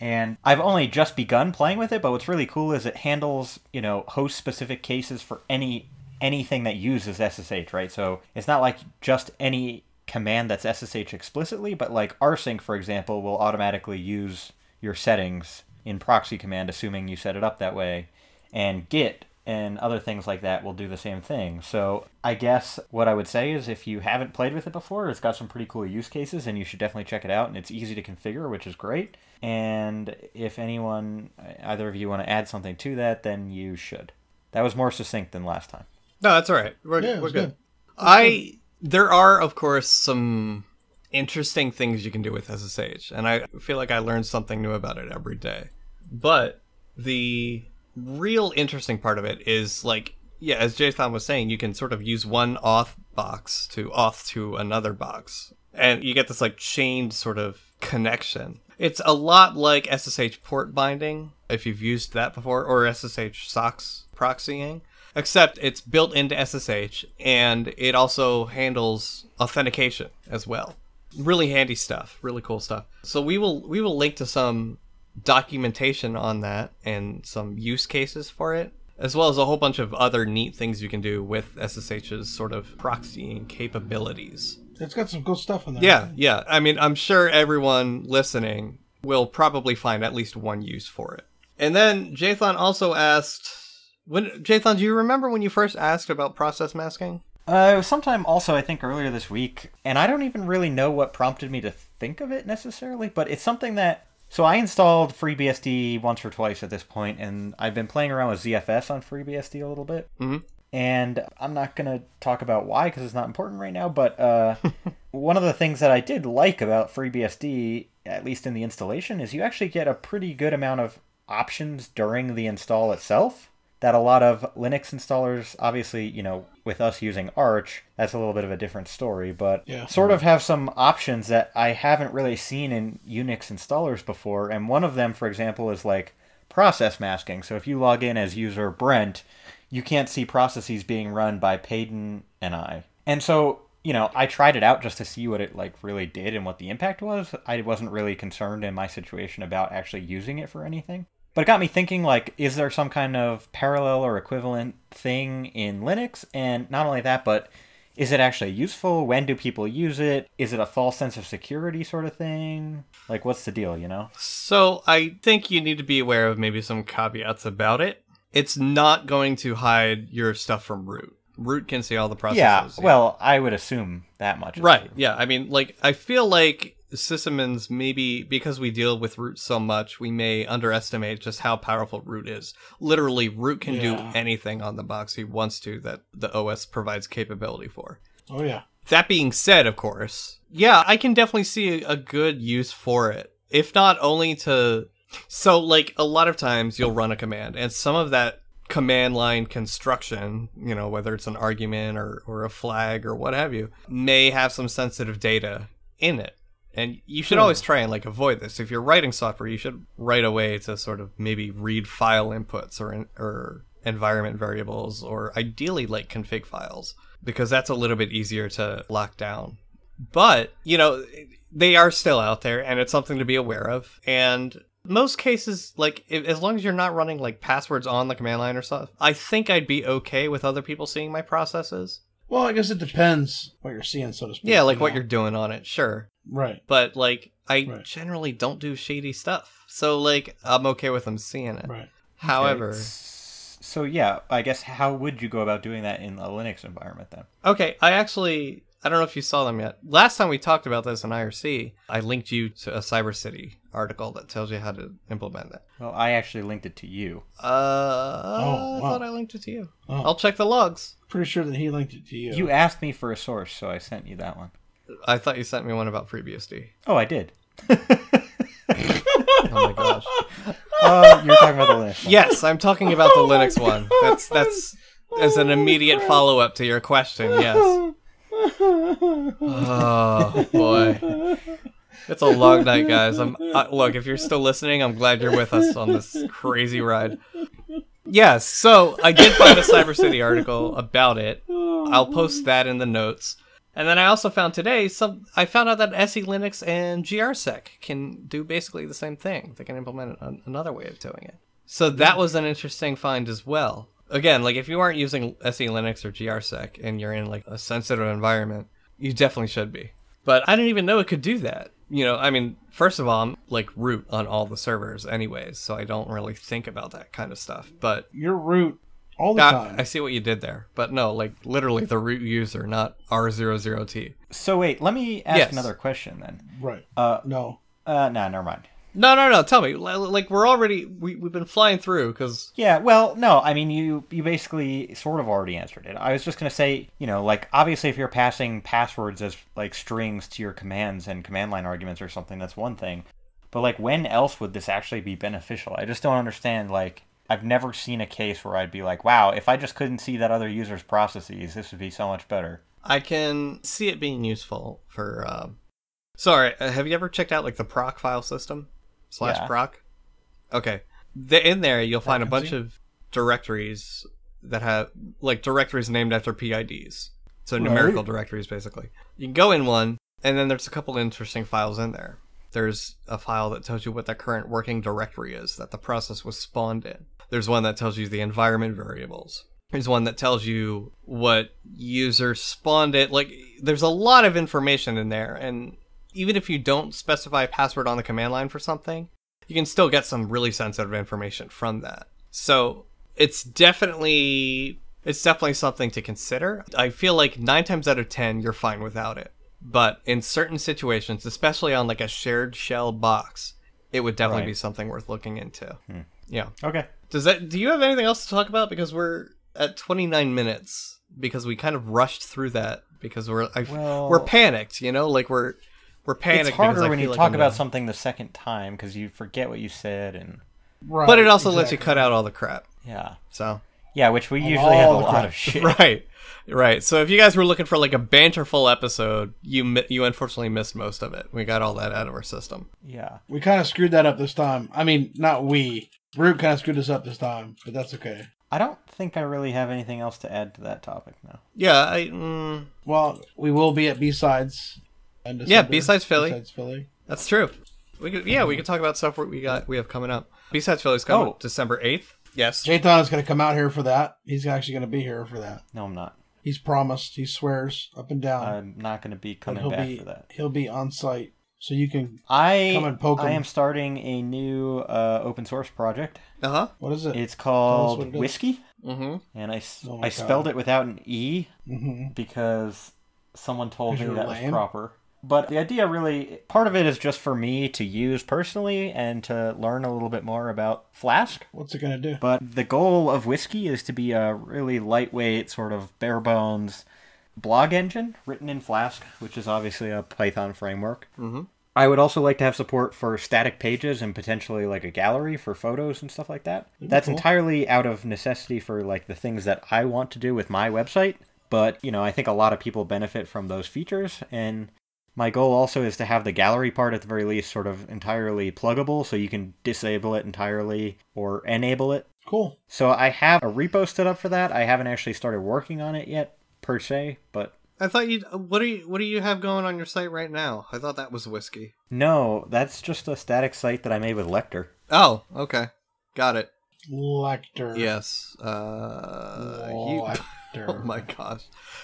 [SPEAKER 2] And I've only just begun playing with it, but what's really cool is it handles, you know, host specific cases for any anything that uses SSH, right? So it's not like just any command that's SSH explicitly, but like rsync, for example, will automatically use your settings in proxy command, assuming you set it up that way. And git and other things like that will do the same thing. So I guess what I would say is if you haven't played with it before, it's got some pretty cool use cases and you should definitely check it out. And it's easy to configure, which is great. And if anyone, either of you want to add something to that, then you should. That was more succinct than last time.
[SPEAKER 1] No, that's all right. We're,
[SPEAKER 3] Yeah, it
[SPEAKER 1] we're
[SPEAKER 3] was
[SPEAKER 1] good.
[SPEAKER 3] good.
[SPEAKER 1] I there are of course some interesting things you can do with SSH, and I feel like I learn something new about it every day. But the real interesting part of it is like yeah, as Jathan was saying, you can sort of use one auth box to auth to another box, and you get this like chained sort of connection. It's a lot like SSH port binding, if you've used that before, or SSH socks proxying, except it's built into SSH and it also handles authentication as well. Really handy stuff, really cool stuff. So we will we will link to some documentation on that and some use cases for it, as well as a whole bunch of other neat things you can do with SSH's sort of proxying capabilities.
[SPEAKER 3] It's got some good stuff in there.
[SPEAKER 1] Yeah, yeah. I mean, I'm sure everyone listening will probably find at least one use for it. And then Jathan also asked, "When Jathan, do you remember when you first asked about process masking?"
[SPEAKER 2] Uh, it was sometime also, I think, earlier this week, and I don't even really know what prompted me to think of it necessarily, but it's something that. So I installed FreeBSD once or twice at this point, and I've been playing around with ZFS on FreeBSD a little bit.
[SPEAKER 1] Mhm.
[SPEAKER 2] And I'm not going to talk about why because it's not important right now, but uh, one of the things that I did like about FreeBSD, at least in the installation, is you actually get a pretty good amount of options during the install itself that a lot of Linux installers, obviously, you know, with us using Arch, that's a little bit of a different story, but
[SPEAKER 3] Yeah.
[SPEAKER 2] sort of have some options that I haven't really seen in Unix installers before. And one of them, for example, is like process masking. So if you log in as user Brent, you can't see processes being run by Payton and I. And so, you know, I tried it out just to see what it like really did and what the impact was. I wasn't really concerned in my situation about actually using it for anything. But it got me thinking like is there some kind of parallel or equivalent thing in Linux? And not only that, but is it actually useful? When do people use it? Is it a false sense of security sort of thing? Like what's the deal, you know?
[SPEAKER 1] So I think you need to be aware of maybe some caveats about it. It's not going to hide your stuff from root. Root can see all the processes.
[SPEAKER 2] yeah, well, I would assume that much. is
[SPEAKER 1] Right.
[SPEAKER 2] true.
[SPEAKER 1] Yeah. I mean, like, I feel like sysadmins maybe because we deal with root so much, we may underestimate just how powerful root is. Literally, root can
[SPEAKER 3] Yeah.
[SPEAKER 1] do anything on the box he wants to that the OS provides capability for.
[SPEAKER 3] Oh yeah.
[SPEAKER 1] That being said, of course, yeah, I can definitely see a good use for it. If not only to. So, like, a lot of times you'll run a command, and some of that command line construction, you know, whether it's an argument or, or a flag or what have you, may have some sensitive data in it. And you should
[SPEAKER 2] Sure.
[SPEAKER 1] always try and like avoid this. If you're writing software, you should right away to sort of maybe read file inputs or en- or environment variables or ideally like config files because that's a little bit easier to lock down. But, you know, they are still out there and it's something to be aware of. And most cases like if, as long as you're not running like passwords on the command line or stuff, I think I'd be okay with other people seeing my processes.
[SPEAKER 3] Well, I guess it depends what you're seeing, so to speak.
[SPEAKER 1] Yeah, like
[SPEAKER 3] you
[SPEAKER 1] what
[SPEAKER 3] know?
[SPEAKER 1] you're doing on it, sure.
[SPEAKER 3] right.
[SPEAKER 1] but like I
[SPEAKER 3] Right.
[SPEAKER 1] generally don't do shady stuff. So like I'm okay with them seeing it.
[SPEAKER 3] Right.
[SPEAKER 1] However,
[SPEAKER 2] Okay, s- So yeah, I guess how would you go about doing that in a Linux environment then?
[SPEAKER 1] okay, I actually I don't know if you saw them yet. Last time we talked about this in IRC, I linked you to a Cyber City article that tells you how to implement that.
[SPEAKER 2] Well, I actually linked it to you.
[SPEAKER 1] Uh, oh, I
[SPEAKER 3] wow.
[SPEAKER 1] thought I linked it to you.
[SPEAKER 3] Oh.
[SPEAKER 1] I'll check the logs.
[SPEAKER 3] Pretty sure that he linked it to you.
[SPEAKER 2] You asked me for a source, so I sent you that one.
[SPEAKER 1] I thought you sent me one about FreeBSD.
[SPEAKER 2] Oh, I did.
[SPEAKER 1] Oh my gosh.
[SPEAKER 2] Oh, you're talking about the Linux. One.
[SPEAKER 1] yes, I'm talking about the
[SPEAKER 3] Oh
[SPEAKER 1] Linux one. That's that's as an immediate follow up to your question. Yes. Oh boy, it's a long night, guys. I'm uh, look. If you're still listening, I'm glad you're with us on this crazy ride. Yes, so I did find a Cyber City article about it. I'll post that in the notes. And then I also found today some. I found out that SE Linux and GRSec E can do basically the same thing. They can implement an, another way of doing it. So that was an interesting find as well. Again, like if you aren't using SE Linux or GRSec E and you're in like a sensitive environment, you definitely should be. But I didn't even know it could do that. You know, I mean, first of all, I'm like root on all the servers, anyways, so I don't really think about that kind of stuff. But
[SPEAKER 3] Your root all the
[SPEAKER 1] I,
[SPEAKER 3] time.
[SPEAKER 1] I see what you did there. But no, like literally the root user, not R00T.
[SPEAKER 2] So wait, let me ask
[SPEAKER 1] Yes.
[SPEAKER 2] another question then.
[SPEAKER 3] right.
[SPEAKER 2] Uh,
[SPEAKER 3] no.
[SPEAKER 2] uh, nah, never mind.
[SPEAKER 1] No, no, no. Tell me. L- l- Like we're already we we've been flying through because
[SPEAKER 2] Yeah, well, no, I mean you you basically sort of already answered it. I was just gonna say, you know, like obviously if you're passing passwords as like strings to your commands and command line arguments or something, that's one thing. But like when else would this actually be beneficial? I just don't understand like I've never seen a case where I'd be like, wow, if I just couldn't see that other user's processes, this would be so much better.
[SPEAKER 1] I can see it being useful for. Um... Sorry, uh, have you ever checked out like the proc file system slash
[SPEAKER 2] Yeah.
[SPEAKER 1] proc? Okay, the, in there you'll find a bunch
[SPEAKER 3] Proc
[SPEAKER 1] of directories that have like directories named after PIDs, so
[SPEAKER 3] Right.
[SPEAKER 1] numerical directories basically. You can go in one, and then there's a couple interesting files in there. There's a file that tells you what the current working directory is that the process was spawned in. There's one that tells you the environment variables. There's one that tells you what user spawned it. Like, there's a lot of information in there. And even if you don't specify a password on the command line for something, you can still get some really sensitive information from that. So it's definitely it's definitely something to consider. I feel like nine times out of ten you're fine without it. But in certain situations, especially on like a shared shell box, it would definitely
[SPEAKER 2] Right.
[SPEAKER 1] be something worth looking into. Yeah.
[SPEAKER 2] Okay.
[SPEAKER 1] Does that do you have anything else to talk about? Because we're at twenty nine minutes because we kind of rushed through that because we're I,
[SPEAKER 2] Well-
[SPEAKER 1] we're panicked, you know, like we're we're panicked.
[SPEAKER 2] It's
[SPEAKER 1] because I
[SPEAKER 2] harder when
[SPEAKER 1] feel
[SPEAKER 2] you
[SPEAKER 1] like
[SPEAKER 2] talk
[SPEAKER 1] I'm
[SPEAKER 2] about
[SPEAKER 1] done.
[SPEAKER 2] something the second time because you forget what you said and
[SPEAKER 3] Right.
[SPEAKER 1] but it also lets you
[SPEAKER 3] exactly.
[SPEAKER 1] cut out all the crap.
[SPEAKER 2] yeah.
[SPEAKER 1] So
[SPEAKER 2] Yeah, which we
[SPEAKER 3] Of
[SPEAKER 2] usually have a
[SPEAKER 3] all the
[SPEAKER 2] lot
[SPEAKER 3] crap.
[SPEAKER 2] of shit.
[SPEAKER 1] Right. Right. So if you guys were looking for like a banterful episode, you mi- you unfortunately missed most of it. We got all that out of our system.
[SPEAKER 2] Yeah.
[SPEAKER 3] We kind of screwed that up this time. I mean, not we. Brute kind of screwed us up this time, but that's okay.
[SPEAKER 2] I don't think I really have anything else to add to that topic now.
[SPEAKER 1] Yeah, I mm,
[SPEAKER 3] Well, we will be at B sides.
[SPEAKER 1] Yeah, B-Sides Philly.
[SPEAKER 3] B-Sides Philly.
[SPEAKER 1] that's true. We could, yeah, we could talk about stuff we got we have coming up. Besides Philly's coming
[SPEAKER 2] Oh.
[SPEAKER 1] December 8th. Yes.
[SPEAKER 3] Jathan is going to come out here for that. He's actually going to be here for that.
[SPEAKER 2] No, I'm not.
[SPEAKER 3] He's promised. He swears up and down.
[SPEAKER 2] I'm not going to be
[SPEAKER 3] Hmm. but
[SPEAKER 2] coming
[SPEAKER 3] he'll
[SPEAKER 2] back
[SPEAKER 3] be
[SPEAKER 2] for that.
[SPEAKER 3] he'll be on site, so you can.
[SPEAKER 2] I
[SPEAKER 3] Come and poke
[SPEAKER 2] I
[SPEAKER 3] 'em.
[SPEAKER 2] am starting a new uh, open source project.
[SPEAKER 1] Uh-huh.
[SPEAKER 3] What is it?
[SPEAKER 2] It's
[SPEAKER 3] what it
[SPEAKER 2] called
[SPEAKER 3] is.
[SPEAKER 2] Whiskey,
[SPEAKER 1] Mhm.
[SPEAKER 2] and I, s-
[SPEAKER 3] Oh my
[SPEAKER 2] I
[SPEAKER 3] God.
[SPEAKER 2] spelled it without an e
[SPEAKER 3] mm-hmm.
[SPEAKER 2] because someone told
[SPEAKER 3] 'Cause
[SPEAKER 2] me
[SPEAKER 3] you're
[SPEAKER 2] that was
[SPEAKER 3] lame?
[SPEAKER 2] proper. But the idea really, part of it is just for me to use personally and to learn a little bit more about Flask.
[SPEAKER 3] What's it going to do?
[SPEAKER 2] But the goal of Whiskey is to be a really lightweight, sort of bare bones blog engine written in Flask, which is obviously a Python framework.
[SPEAKER 1] Mhm.
[SPEAKER 2] I would also like to have support for static pages and potentially like a gallery for photos and stuff like that. That's
[SPEAKER 3] cool.
[SPEAKER 2] entirely out of necessity for like the things that I want to do with my website, but you know, I think a lot of people benefit from those features and my goal also is to have the gallery part at the very least sort of entirely pluggable so you can disable it entirely or enable it
[SPEAKER 3] Cool.
[SPEAKER 2] so I have a repo stood up for that. I haven't actually started working on it yet per se, but
[SPEAKER 1] I thought you what do you what do you have going on your site right now? I thought that was whiskey.
[SPEAKER 2] no, that's just a static site that I made with Lecter.
[SPEAKER 1] Oh, okay. Got it.
[SPEAKER 3] Lecter.
[SPEAKER 1] Yes. Uh you-
[SPEAKER 3] Lecter.
[SPEAKER 1] Oh my gosh.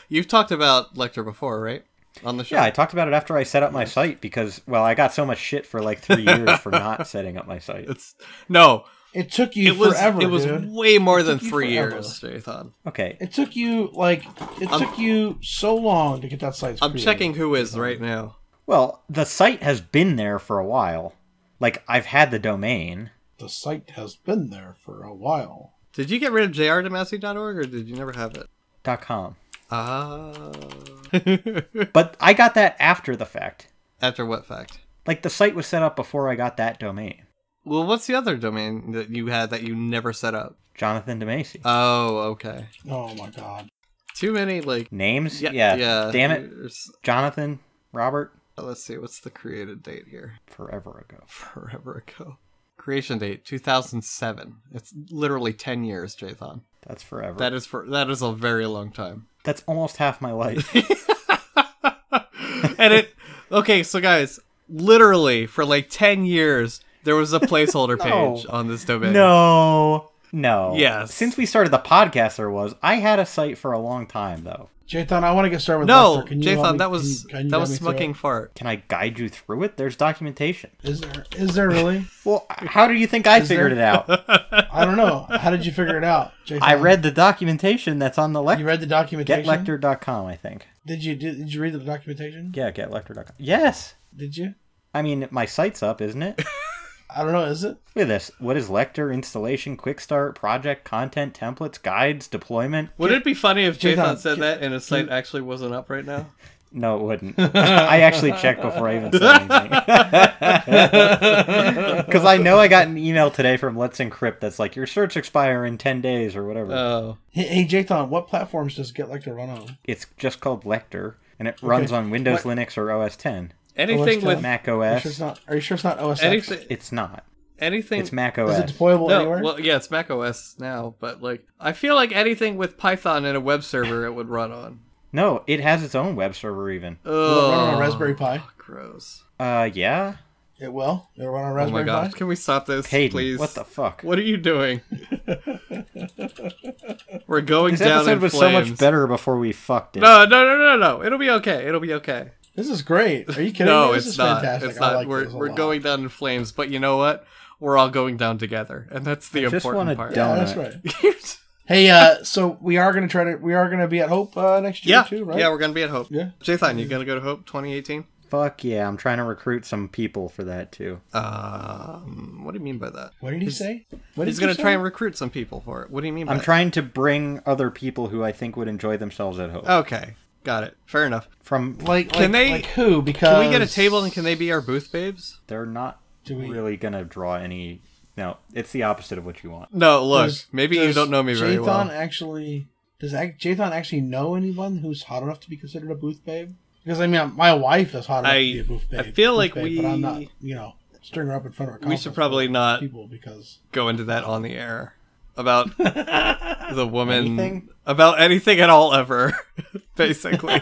[SPEAKER 1] You've talked about Lecter before, right? On the show.
[SPEAKER 2] Yeah, I talked about it after I set up my site because well, I got so much shit for like 3 years for not setting up my site.
[SPEAKER 1] It's No,
[SPEAKER 3] It took you
[SPEAKER 1] it was
[SPEAKER 3] forever,
[SPEAKER 1] it was
[SPEAKER 3] dude.
[SPEAKER 1] way more than
[SPEAKER 3] took you
[SPEAKER 1] 3
[SPEAKER 3] forever.
[SPEAKER 1] years, Jathan.
[SPEAKER 2] Okay.
[SPEAKER 3] It took you like it
[SPEAKER 1] I'm-
[SPEAKER 3] took you so long to get that site.
[SPEAKER 1] I'm
[SPEAKER 3] created.
[SPEAKER 1] checking who is right now.
[SPEAKER 2] Well, the site has been there for a while. Like I've had the domain.
[SPEAKER 3] The site has been there for a while.
[SPEAKER 1] Did you get rid of jrdemassey.org or did you never have it?
[SPEAKER 2] dot .com.
[SPEAKER 1] Ah.
[SPEAKER 2] But I got that after the fact.
[SPEAKER 1] After what fact?
[SPEAKER 2] Like the site was set up before I got that domain.
[SPEAKER 1] Well, what's the other domain that you had that you never set up?
[SPEAKER 2] Jonathan DeMacy.
[SPEAKER 1] Oh, okay.
[SPEAKER 3] Oh my god.
[SPEAKER 1] Too many like
[SPEAKER 2] Names?
[SPEAKER 1] yeah,
[SPEAKER 2] yeah.
[SPEAKER 1] yeah.
[SPEAKER 2] Damn it.
[SPEAKER 1] There's- uh,
[SPEAKER 2] Jonathan, Robert,
[SPEAKER 1] Let's see what's the created date here.
[SPEAKER 2] forever ago.
[SPEAKER 1] Forever ago. Creation date 2007. It's literally 10 years, Jathan.
[SPEAKER 2] That's forever.
[SPEAKER 1] That is for that is a very long time.
[SPEAKER 2] That's almost half my life.
[SPEAKER 1] and it okay so guys literally for like 10 years there was a placeholder
[SPEAKER 2] No.
[SPEAKER 1] page on this domain
[SPEAKER 2] no. No.
[SPEAKER 1] Yes.
[SPEAKER 2] Since we started the podcast, there was. I had a site for a long time, though.
[SPEAKER 3] Jathan, I want to get started with
[SPEAKER 1] no
[SPEAKER 3] Lecter. Can you help
[SPEAKER 1] Jathan,
[SPEAKER 3] me-
[SPEAKER 1] that was
[SPEAKER 3] can you- can you
[SPEAKER 1] that
[SPEAKER 3] help
[SPEAKER 1] was
[SPEAKER 3] me through
[SPEAKER 1] smoking
[SPEAKER 3] it?
[SPEAKER 1] fart
[SPEAKER 2] Can I guide you through it? There's documentation.
[SPEAKER 3] Is there is there really?
[SPEAKER 2] Well, how do you think I figured it out?
[SPEAKER 3] I don't know. How did you figure it out? Jathan?
[SPEAKER 2] I read the documentation that's on the
[SPEAKER 3] You
[SPEAKER 2] lecture.
[SPEAKER 3] read the documentation.
[SPEAKER 2] GetLector.com, I think.
[SPEAKER 3] Did you did, did you read the documentation?
[SPEAKER 2] Yeah, GetLector.com. Yes.
[SPEAKER 3] Did you?
[SPEAKER 2] I mean, my site's up, isn't it?
[SPEAKER 3] I don't know. Is it?
[SPEAKER 2] Look at this. What is Lecter? Installation, quick start, project, content, templates, guides, deployment.
[SPEAKER 1] would it be funny if
[SPEAKER 3] Jathan,
[SPEAKER 1] Jathan said
[SPEAKER 3] can-
[SPEAKER 1] that and his site actually wasn't up right now?
[SPEAKER 2] No, it wouldn't. I actually checked before I even said anything. Because I know I got an email today from Let's Encrypt that's like, your certs expire in 10 days or whatever.
[SPEAKER 1] Oh,
[SPEAKER 3] Hey, hey Jathan, what platforms does Get Lecter run on?
[SPEAKER 2] it's just called Lecter, and it runs on Windows, Linux, or OS 10.
[SPEAKER 1] anything
[SPEAKER 3] OS
[SPEAKER 1] with
[SPEAKER 2] Mac
[SPEAKER 3] Are you sure
[SPEAKER 2] OS,
[SPEAKER 3] it's not? Are you sure it's not OS? X?
[SPEAKER 1] anything,
[SPEAKER 2] it's not.
[SPEAKER 1] anything.
[SPEAKER 2] It's Mac
[SPEAKER 3] Is it
[SPEAKER 2] OS.
[SPEAKER 3] deployable
[SPEAKER 1] no,
[SPEAKER 3] anywhere?
[SPEAKER 1] well, yeah, it's Mac OS now, but like, I feel like anything with Python and a web server, it would run on.
[SPEAKER 2] No, it has its own web server even.
[SPEAKER 3] Will
[SPEAKER 1] Oh,
[SPEAKER 3] it run on a Raspberry Pi?
[SPEAKER 1] gross!
[SPEAKER 2] Uh, yeah?
[SPEAKER 3] It will. It'll run on a
[SPEAKER 1] Oh my
[SPEAKER 3] Raspberry
[SPEAKER 1] gosh,
[SPEAKER 3] Pi.
[SPEAKER 1] can we stop this,
[SPEAKER 2] Hayden,
[SPEAKER 1] please?
[SPEAKER 2] what the fuck?
[SPEAKER 1] What are you doing? We're going
[SPEAKER 2] This
[SPEAKER 1] down in
[SPEAKER 2] episode was
[SPEAKER 1] flames.
[SPEAKER 2] so much better before we fucked it.
[SPEAKER 1] No, no, no, no, no. It'll be okay. It'll be okay.
[SPEAKER 3] This is great. Are you kidding
[SPEAKER 1] No,
[SPEAKER 3] me? This
[SPEAKER 1] it's
[SPEAKER 3] is
[SPEAKER 1] not.
[SPEAKER 3] fantastic.
[SPEAKER 1] It's
[SPEAKER 3] I
[SPEAKER 1] not.
[SPEAKER 3] like
[SPEAKER 1] we're
[SPEAKER 3] this a
[SPEAKER 1] we're
[SPEAKER 3] lot.
[SPEAKER 1] going down in flames. But you know what? We're all going down together, and that's the
[SPEAKER 2] I just
[SPEAKER 1] important part.
[SPEAKER 2] wanna dump-
[SPEAKER 3] Yeah,
[SPEAKER 2] Down
[SPEAKER 3] that's
[SPEAKER 2] on it.
[SPEAKER 3] right. Hey, uh, so we are gonna try to. We are gonna be at Hope uh, next year
[SPEAKER 1] yeah,
[SPEAKER 3] too, right?
[SPEAKER 1] yeah. We're gonna be at Hope.
[SPEAKER 3] Yeah.
[SPEAKER 1] Jathan, you gonna go to Hope 2018?
[SPEAKER 2] Fuck yeah, I'm trying to recruit some people for that too.
[SPEAKER 1] Um, what do you mean by that?
[SPEAKER 3] What did he say? What did
[SPEAKER 1] He's
[SPEAKER 3] he
[SPEAKER 1] gonna
[SPEAKER 3] say?
[SPEAKER 1] try and recruit some people for it. What do you mean? By
[SPEAKER 2] I'm trying to bring other people who I think would enjoy themselves at home.
[SPEAKER 1] That? Okay, got it. Fair enough.
[SPEAKER 2] From
[SPEAKER 3] Like,
[SPEAKER 1] Can
[SPEAKER 3] like,
[SPEAKER 1] they-
[SPEAKER 3] like who? Because
[SPEAKER 1] Can we get a table and can they be our booth babes?
[SPEAKER 2] they're not
[SPEAKER 3] Do we-
[SPEAKER 2] really gonna draw any No, it's the opposite of what you want.
[SPEAKER 1] No, look,
[SPEAKER 3] Does-
[SPEAKER 1] maybe you
[SPEAKER 3] does
[SPEAKER 1] don't know me very
[SPEAKER 3] Jathan
[SPEAKER 1] well.
[SPEAKER 3] actually does ac- Jathan actually know anyone who's hot enough to be considered a booth babe? Because I mean, my wife is hot enough
[SPEAKER 1] I-
[SPEAKER 3] to be a booth
[SPEAKER 1] I
[SPEAKER 3] babe.
[SPEAKER 1] feel
[SPEAKER 3] booth
[SPEAKER 1] like
[SPEAKER 3] babe, but I'm not,
[SPEAKER 1] we-
[SPEAKER 3] you know, stirring her up in front of a
[SPEAKER 1] We
[SPEAKER 3] conference
[SPEAKER 1] should probably
[SPEAKER 3] full of
[SPEAKER 1] not
[SPEAKER 3] people because
[SPEAKER 1] go into that on the air about the woman
[SPEAKER 2] Anything?
[SPEAKER 1] about anything at all ever, basically.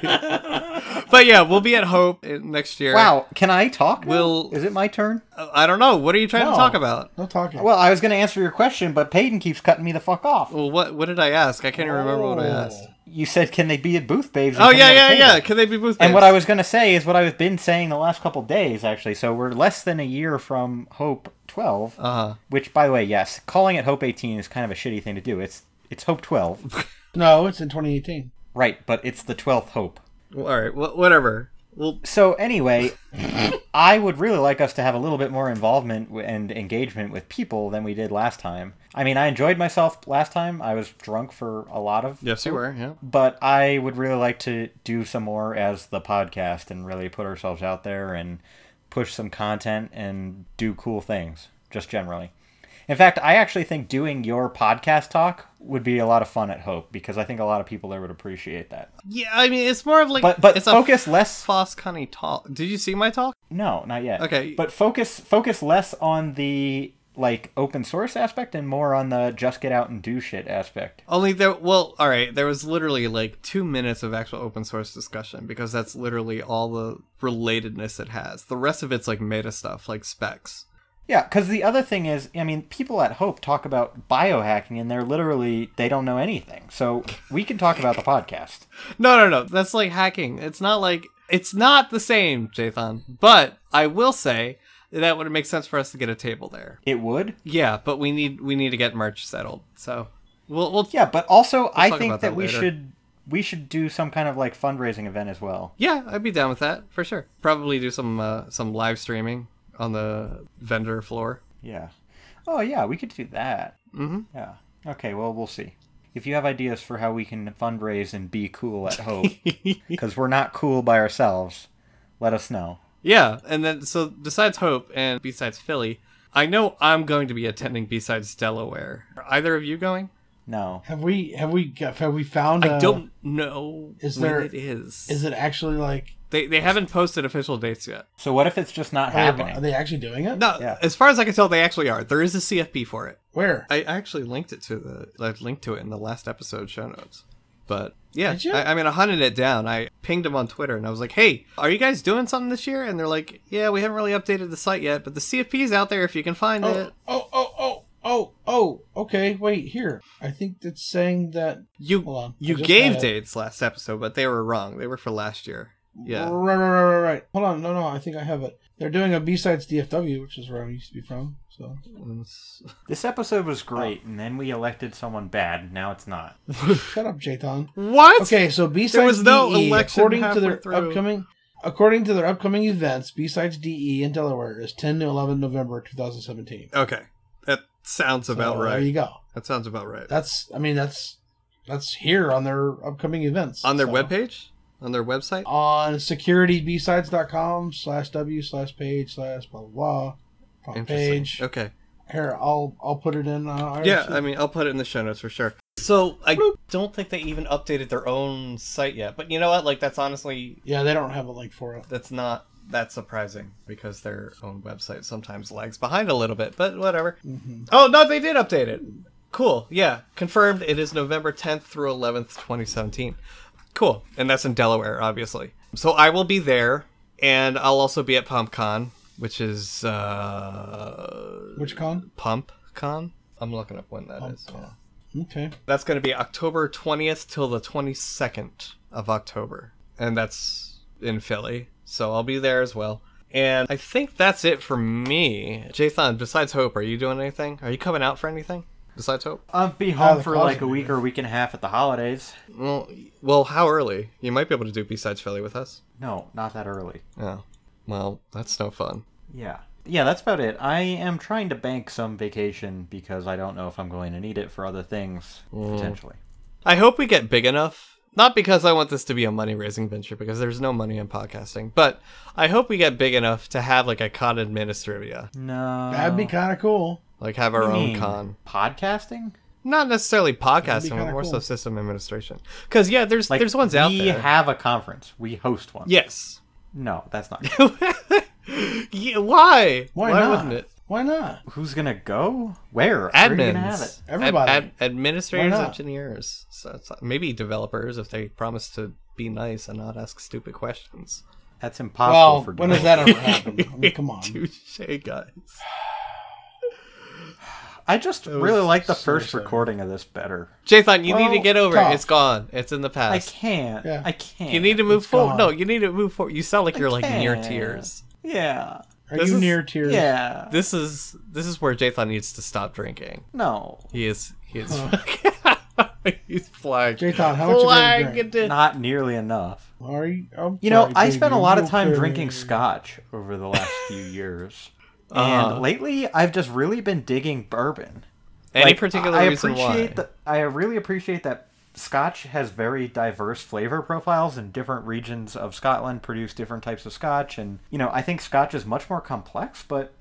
[SPEAKER 1] but yeah, we'll be at Hope in- next year.
[SPEAKER 2] Wow, can I talk? now?
[SPEAKER 1] Will-
[SPEAKER 2] is it my turn?
[SPEAKER 1] I I don't know. What are you trying
[SPEAKER 3] No.
[SPEAKER 1] to talk about?
[SPEAKER 3] no talking.
[SPEAKER 2] Well, I was going to answer your question, but Peyton keeps cutting me the fuck off.
[SPEAKER 1] Well, what what did I ask? I can't even remember what I
[SPEAKER 3] Oh.
[SPEAKER 1] asked.
[SPEAKER 2] You said, "Can they be at booth babes?" and
[SPEAKER 1] Oh
[SPEAKER 2] come
[SPEAKER 1] yeah,
[SPEAKER 2] to the
[SPEAKER 1] yeah,
[SPEAKER 2] table?"
[SPEAKER 1] yeah. Can they be booth?
[SPEAKER 2] And
[SPEAKER 1] babes?
[SPEAKER 2] what I was going to say is what I've been saying the last couple days, actually. So we're less than a year from Hope 12,
[SPEAKER 1] Uh-huh.
[SPEAKER 2] which, by the way, yes, calling it Hope 18 is kind of a shitty thing to do. It's it's Hope 12,
[SPEAKER 3] no, it's in 2018.
[SPEAKER 2] right? But it's the 12th Hope.
[SPEAKER 1] Well, all right. Well, whatever. Well,
[SPEAKER 2] So anyway, I would really like us to have a little bit more involvement w- and engagement with people than we did last time. I mean, I enjoyed myself last time. I was drunk for a lot of
[SPEAKER 1] yes, you were. Yeah.
[SPEAKER 2] but I would really like to do some more as the podcast and really put ourselves out there and push some content and do cool things just generally. In fact, I actually think doing your podcast talk would be a lot of fun at Hope because I think a lot of people there would appreciate that.
[SPEAKER 1] Yeah. I mean, it's more of like
[SPEAKER 2] But but
[SPEAKER 1] it's
[SPEAKER 2] focus
[SPEAKER 1] a
[SPEAKER 2] less
[SPEAKER 1] Foss Connie talk. Did you see my talk?
[SPEAKER 2] no, not yet.
[SPEAKER 1] Okay.
[SPEAKER 2] But focus focus less on the like open source aspect and more on the just get out and do shit aspect.
[SPEAKER 1] Only there. Well, all right. There was literally like two minutes of actual open source discussion because that's literally all the relatedness it has. The rest of it's like meta stuff, like specs.
[SPEAKER 2] Yeah, because the other thing is, I mean, people at Hope talk about biohacking, and they're literally they don't know anything. So we can talk about the podcast.
[SPEAKER 1] No, no, no. That's like hacking. It's not like it's not the same, Jathan. But I will say that would make sense for us to get a table there.
[SPEAKER 2] It would.
[SPEAKER 1] Yeah, but we need we need to get merch settled. So we'll we'll
[SPEAKER 2] Yeah, but also I
[SPEAKER 1] talk
[SPEAKER 2] think
[SPEAKER 1] about
[SPEAKER 2] that,
[SPEAKER 1] that
[SPEAKER 2] we
[SPEAKER 1] later.
[SPEAKER 2] should we should do some kind of like fundraising event as well.
[SPEAKER 1] yeah, I'd be down with that for sure. Probably do some uh, some live streaming on the vendor floor.
[SPEAKER 2] Yeah. Oh yeah, we could do that.
[SPEAKER 1] Mm-hmm.
[SPEAKER 2] Yeah. Okay. Well, we'll see. If you have ideas for how we can fundraise and be cool at Hope, because we're not cool by ourselves, let us know.
[SPEAKER 1] Yeah, and then so besides Hope and besides Philly, I know I'm going to be attending besides Delaware. Are either of you going?
[SPEAKER 2] No.
[SPEAKER 3] Have we have we got- have we found?
[SPEAKER 1] I
[SPEAKER 3] uh,
[SPEAKER 1] don't know
[SPEAKER 3] is
[SPEAKER 1] when
[SPEAKER 3] there-
[SPEAKER 1] it is.
[SPEAKER 3] Is it actually like
[SPEAKER 1] They they haven't posted official dates yet.
[SPEAKER 2] So what if it's just not
[SPEAKER 3] are they, are
[SPEAKER 2] happening?
[SPEAKER 3] they actually doing it?
[SPEAKER 1] No,
[SPEAKER 2] Yeah.
[SPEAKER 1] as far as I can tell, they actually are. There is a CFP for it.
[SPEAKER 3] Where?
[SPEAKER 1] I actually linked it to the I linked to it in the last episode show notes. But yeah,
[SPEAKER 3] Did you?
[SPEAKER 1] I, I mean, I hunted it down. I pinged them on Twitter and I was like, "Hey, are you guys doing something this year?" And they're like, "Yeah, we haven't really updated the site yet, but the CFP is out there if you can find
[SPEAKER 3] Oh,
[SPEAKER 1] it."
[SPEAKER 3] oh, oh, oh, oh, oh. Okay, wait here. I think it's saying that.
[SPEAKER 1] You
[SPEAKER 3] Hold on. I
[SPEAKER 1] you
[SPEAKER 3] just
[SPEAKER 1] gave
[SPEAKER 3] had it.
[SPEAKER 1] dates last episode, but they were wrong. They were for last year. Yeah.
[SPEAKER 3] Right, right, right, right, right. Hold on. No, no. I think I have it. They're doing a B sides DFW, which is where I used to be from. So
[SPEAKER 2] This episode was
[SPEAKER 3] Oh.
[SPEAKER 2] great, and then we elected someone bad. and Now it's not.
[SPEAKER 3] shut up, Jathan.
[SPEAKER 1] What?
[SPEAKER 3] Okay, so B sides
[SPEAKER 1] was no
[SPEAKER 3] DE,
[SPEAKER 1] election
[SPEAKER 3] according to their
[SPEAKER 1] halfway through.
[SPEAKER 3] upcoming. According to their upcoming events, B sides DE in Delaware is 10 to 11 November 2017.
[SPEAKER 1] Okay. That sounds about
[SPEAKER 3] So There
[SPEAKER 1] right.
[SPEAKER 3] you go.
[SPEAKER 1] That sounds about right.
[SPEAKER 3] That's. I mean, that's that's here on their upcoming events
[SPEAKER 1] On their
[SPEAKER 3] So-
[SPEAKER 1] webpage? On their website?
[SPEAKER 3] on securitybsides.com slash w slash page slash blah blah blah front page
[SPEAKER 1] Okay.
[SPEAKER 3] here i'll i'll put it in uh, our
[SPEAKER 1] Yeah,
[SPEAKER 3] sheet.
[SPEAKER 1] I mean, I'll put it in the show notes for sure. So I don't think they even updated their own site yet. But you know what? Like that's honestly
[SPEAKER 3] yeah they don't have a link for it
[SPEAKER 1] that's not that surprising because their own website sometimes lags behind a little bit. But whatever. Oh no, they did update it. Cool. Yeah, confirmed. It is November 10th through 11th, 2017. Cool. And that's in Delaware, obviously. So I will be there, and I'll also be at PumpCon, which is uh,
[SPEAKER 3] which con
[SPEAKER 1] PumpCon. I'm looking up when that is.
[SPEAKER 3] Oh, okay
[SPEAKER 1] That's going to be October 20th till the 22nd of October. And that's in Philly. So I'll be there as well. And I think that's it for me. Jathan, besides Hope, are you doing anything? Are you coming out for anything besides Hope?
[SPEAKER 2] I'll be
[SPEAKER 3] Out
[SPEAKER 2] home
[SPEAKER 3] of
[SPEAKER 2] for
[SPEAKER 3] the
[SPEAKER 2] like
[SPEAKER 3] closet,
[SPEAKER 2] a week
[SPEAKER 3] maybe.
[SPEAKER 2] or a week and a half at the holidays.
[SPEAKER 1] Well, well, how early? You might be able to do besides Philly with us.
[SPEAKER 2] No, not that early.
[SPEAKER 1] Oh, well, that's no fun.
[SPEAKER 2] Yeah. Yeah, that's about it. I am trying to bank some vacation because I don't know if I'm going to need it for other things
[SPEAKER 3] Mm.
[SPEAKER 2] potentially.
[SPEAKER 1] I hope we get big enough. Not because I want this to be a money raising venture, because there's no money in podcasting, but I hope we get big enough to have like a con administrivia.
[SPEAKER 2] No.
[SPEAKER 3] that'd be kind of cool
[SPEAKER 1] Like have
[SPEAKER 2] What
[SPEAKER 1] our
[SPEAKER 2] do you
[SPEAKER 1] own
[SPEAKER 2] mean?
[SPEAKER 1] con.
[SPEAKER 2] Podcasting?
[SPEAKER 1] Not necessarily podcasting,
[SPEAKER 3] kinda
[SPEAKER 1] but more so
[SPEAKER 3] cool.
[SPEAKER 1] system administration. Because yeah, there's there's ones out
[SPEAKER 2] we
[SPEAKER 1] there.
[SPEAKER 2] have a conference. We host one.
[SPEAKER 1] yes.
[SPEAKER 2] No, that's not.
[SPEAKER 1] yeah, why?
[SPEAKER 3] Why, not?
[SPEAKER 1] wouldn't it?
[SPEAKER 3] Why not?
[SPEAKER 2] Who's gonna go? Where? Where are you gonna have it?
[SPEAKER 1] Admins,
[SPEAKER 3] Everybody.
[SPEAKER 1] administrators,
[SPEAKER 3] Why not?
[SPEAKER 1] engineers, so it's like- maybe developers if they promise to be nice and not ask stupid questions.
[SPEAKER 2] That's impossible
[SPEAKER 3] Well,
[SPEAKER 2] for
[SPEAKER 3] when
[SPEAKER 2] Dave.
[SPEAKER 3] has that ever happened? I mean, come on.
[SPEAKER 1] Touche, guys.
[SPEAKER 2] I just really
[SPEAKER 3] was
[SPEAKER 2] like the
[SPEAKER 3] so
[SPEAKER 2] first
[SPEAKER 3] sad.
[SPEAKER 2] recording of this better.
[SPEAKER 1] Jathan, you need
[SPEAKER 3] Well,
[SPEAKER 1] to get over
[SPEAKER 3] tough.
[SPEAKER 1] it. It's gone. It's in the
[SPEAKER 2] I
[SPEAKER 1] past.
[SPEAKER 2] can't.
[SPEAKER 3] Yeah.
[SPEAKER 2] I can't.
[SPEAKER 1] You need to move
[SPEAKER 3] It's
[SPEAKER 1] forward.
[SPEAKER 3] gone.
[SPEAKER 1] No, you need to move forward. You sound like you're like near
[SPEAKER 2] can't.
[SPEAKER 1] tears.
[SPEAKER 2] Yeah.
[SPEAKER 3] Are
[SPEAKER 1] This
[SPEAKER 3] you
[SPEAKER 1] is-
[SPEAKER 3] near tears?
[SPEAKER 2] Yeah.
[SPEAKER 1] This is this is where Jathan needs to stop drinking.
[SPEAKER 2] No.
[SPEAKER 1] He is he is he's flagged.
[SPEAKER 3] Jathan, Oh. how much you gonna drink?
[SPEAKER 1] Flagged.
[SPEAKER 2] Not nearly enough.
[SPEAKER 3] Are you? I'm
[SPEAKER 2] You know,
[SPEAKER 3] sorry,
[SPEAKER 2] I
[SPEAKER 3] baby,
[SPEAKER 2] spent a lot of
[SPEAKER 3] you
[SPEAKER 2] time
[SPEAKER 3] okay?
[SPEAKER 2] drinking scotch over the last few years.
[SPEAKER 1] Uh-huh.
[SPEAKER 2] And lately, I've just really been digging bourbon.
[SPEAKER 1] Any
[SPEAKER 2] Like,
[SPEAKER 1] particular
[SPEAKER 2] I
[SPEAKER 1] reason why?
[SPEAKER 2] appreciate that. I really appreciate that Scotch has very diverse flavor profiles, and different regions of Scotland produce different types of Scotch. And you know, I think Scotch is much more complex, but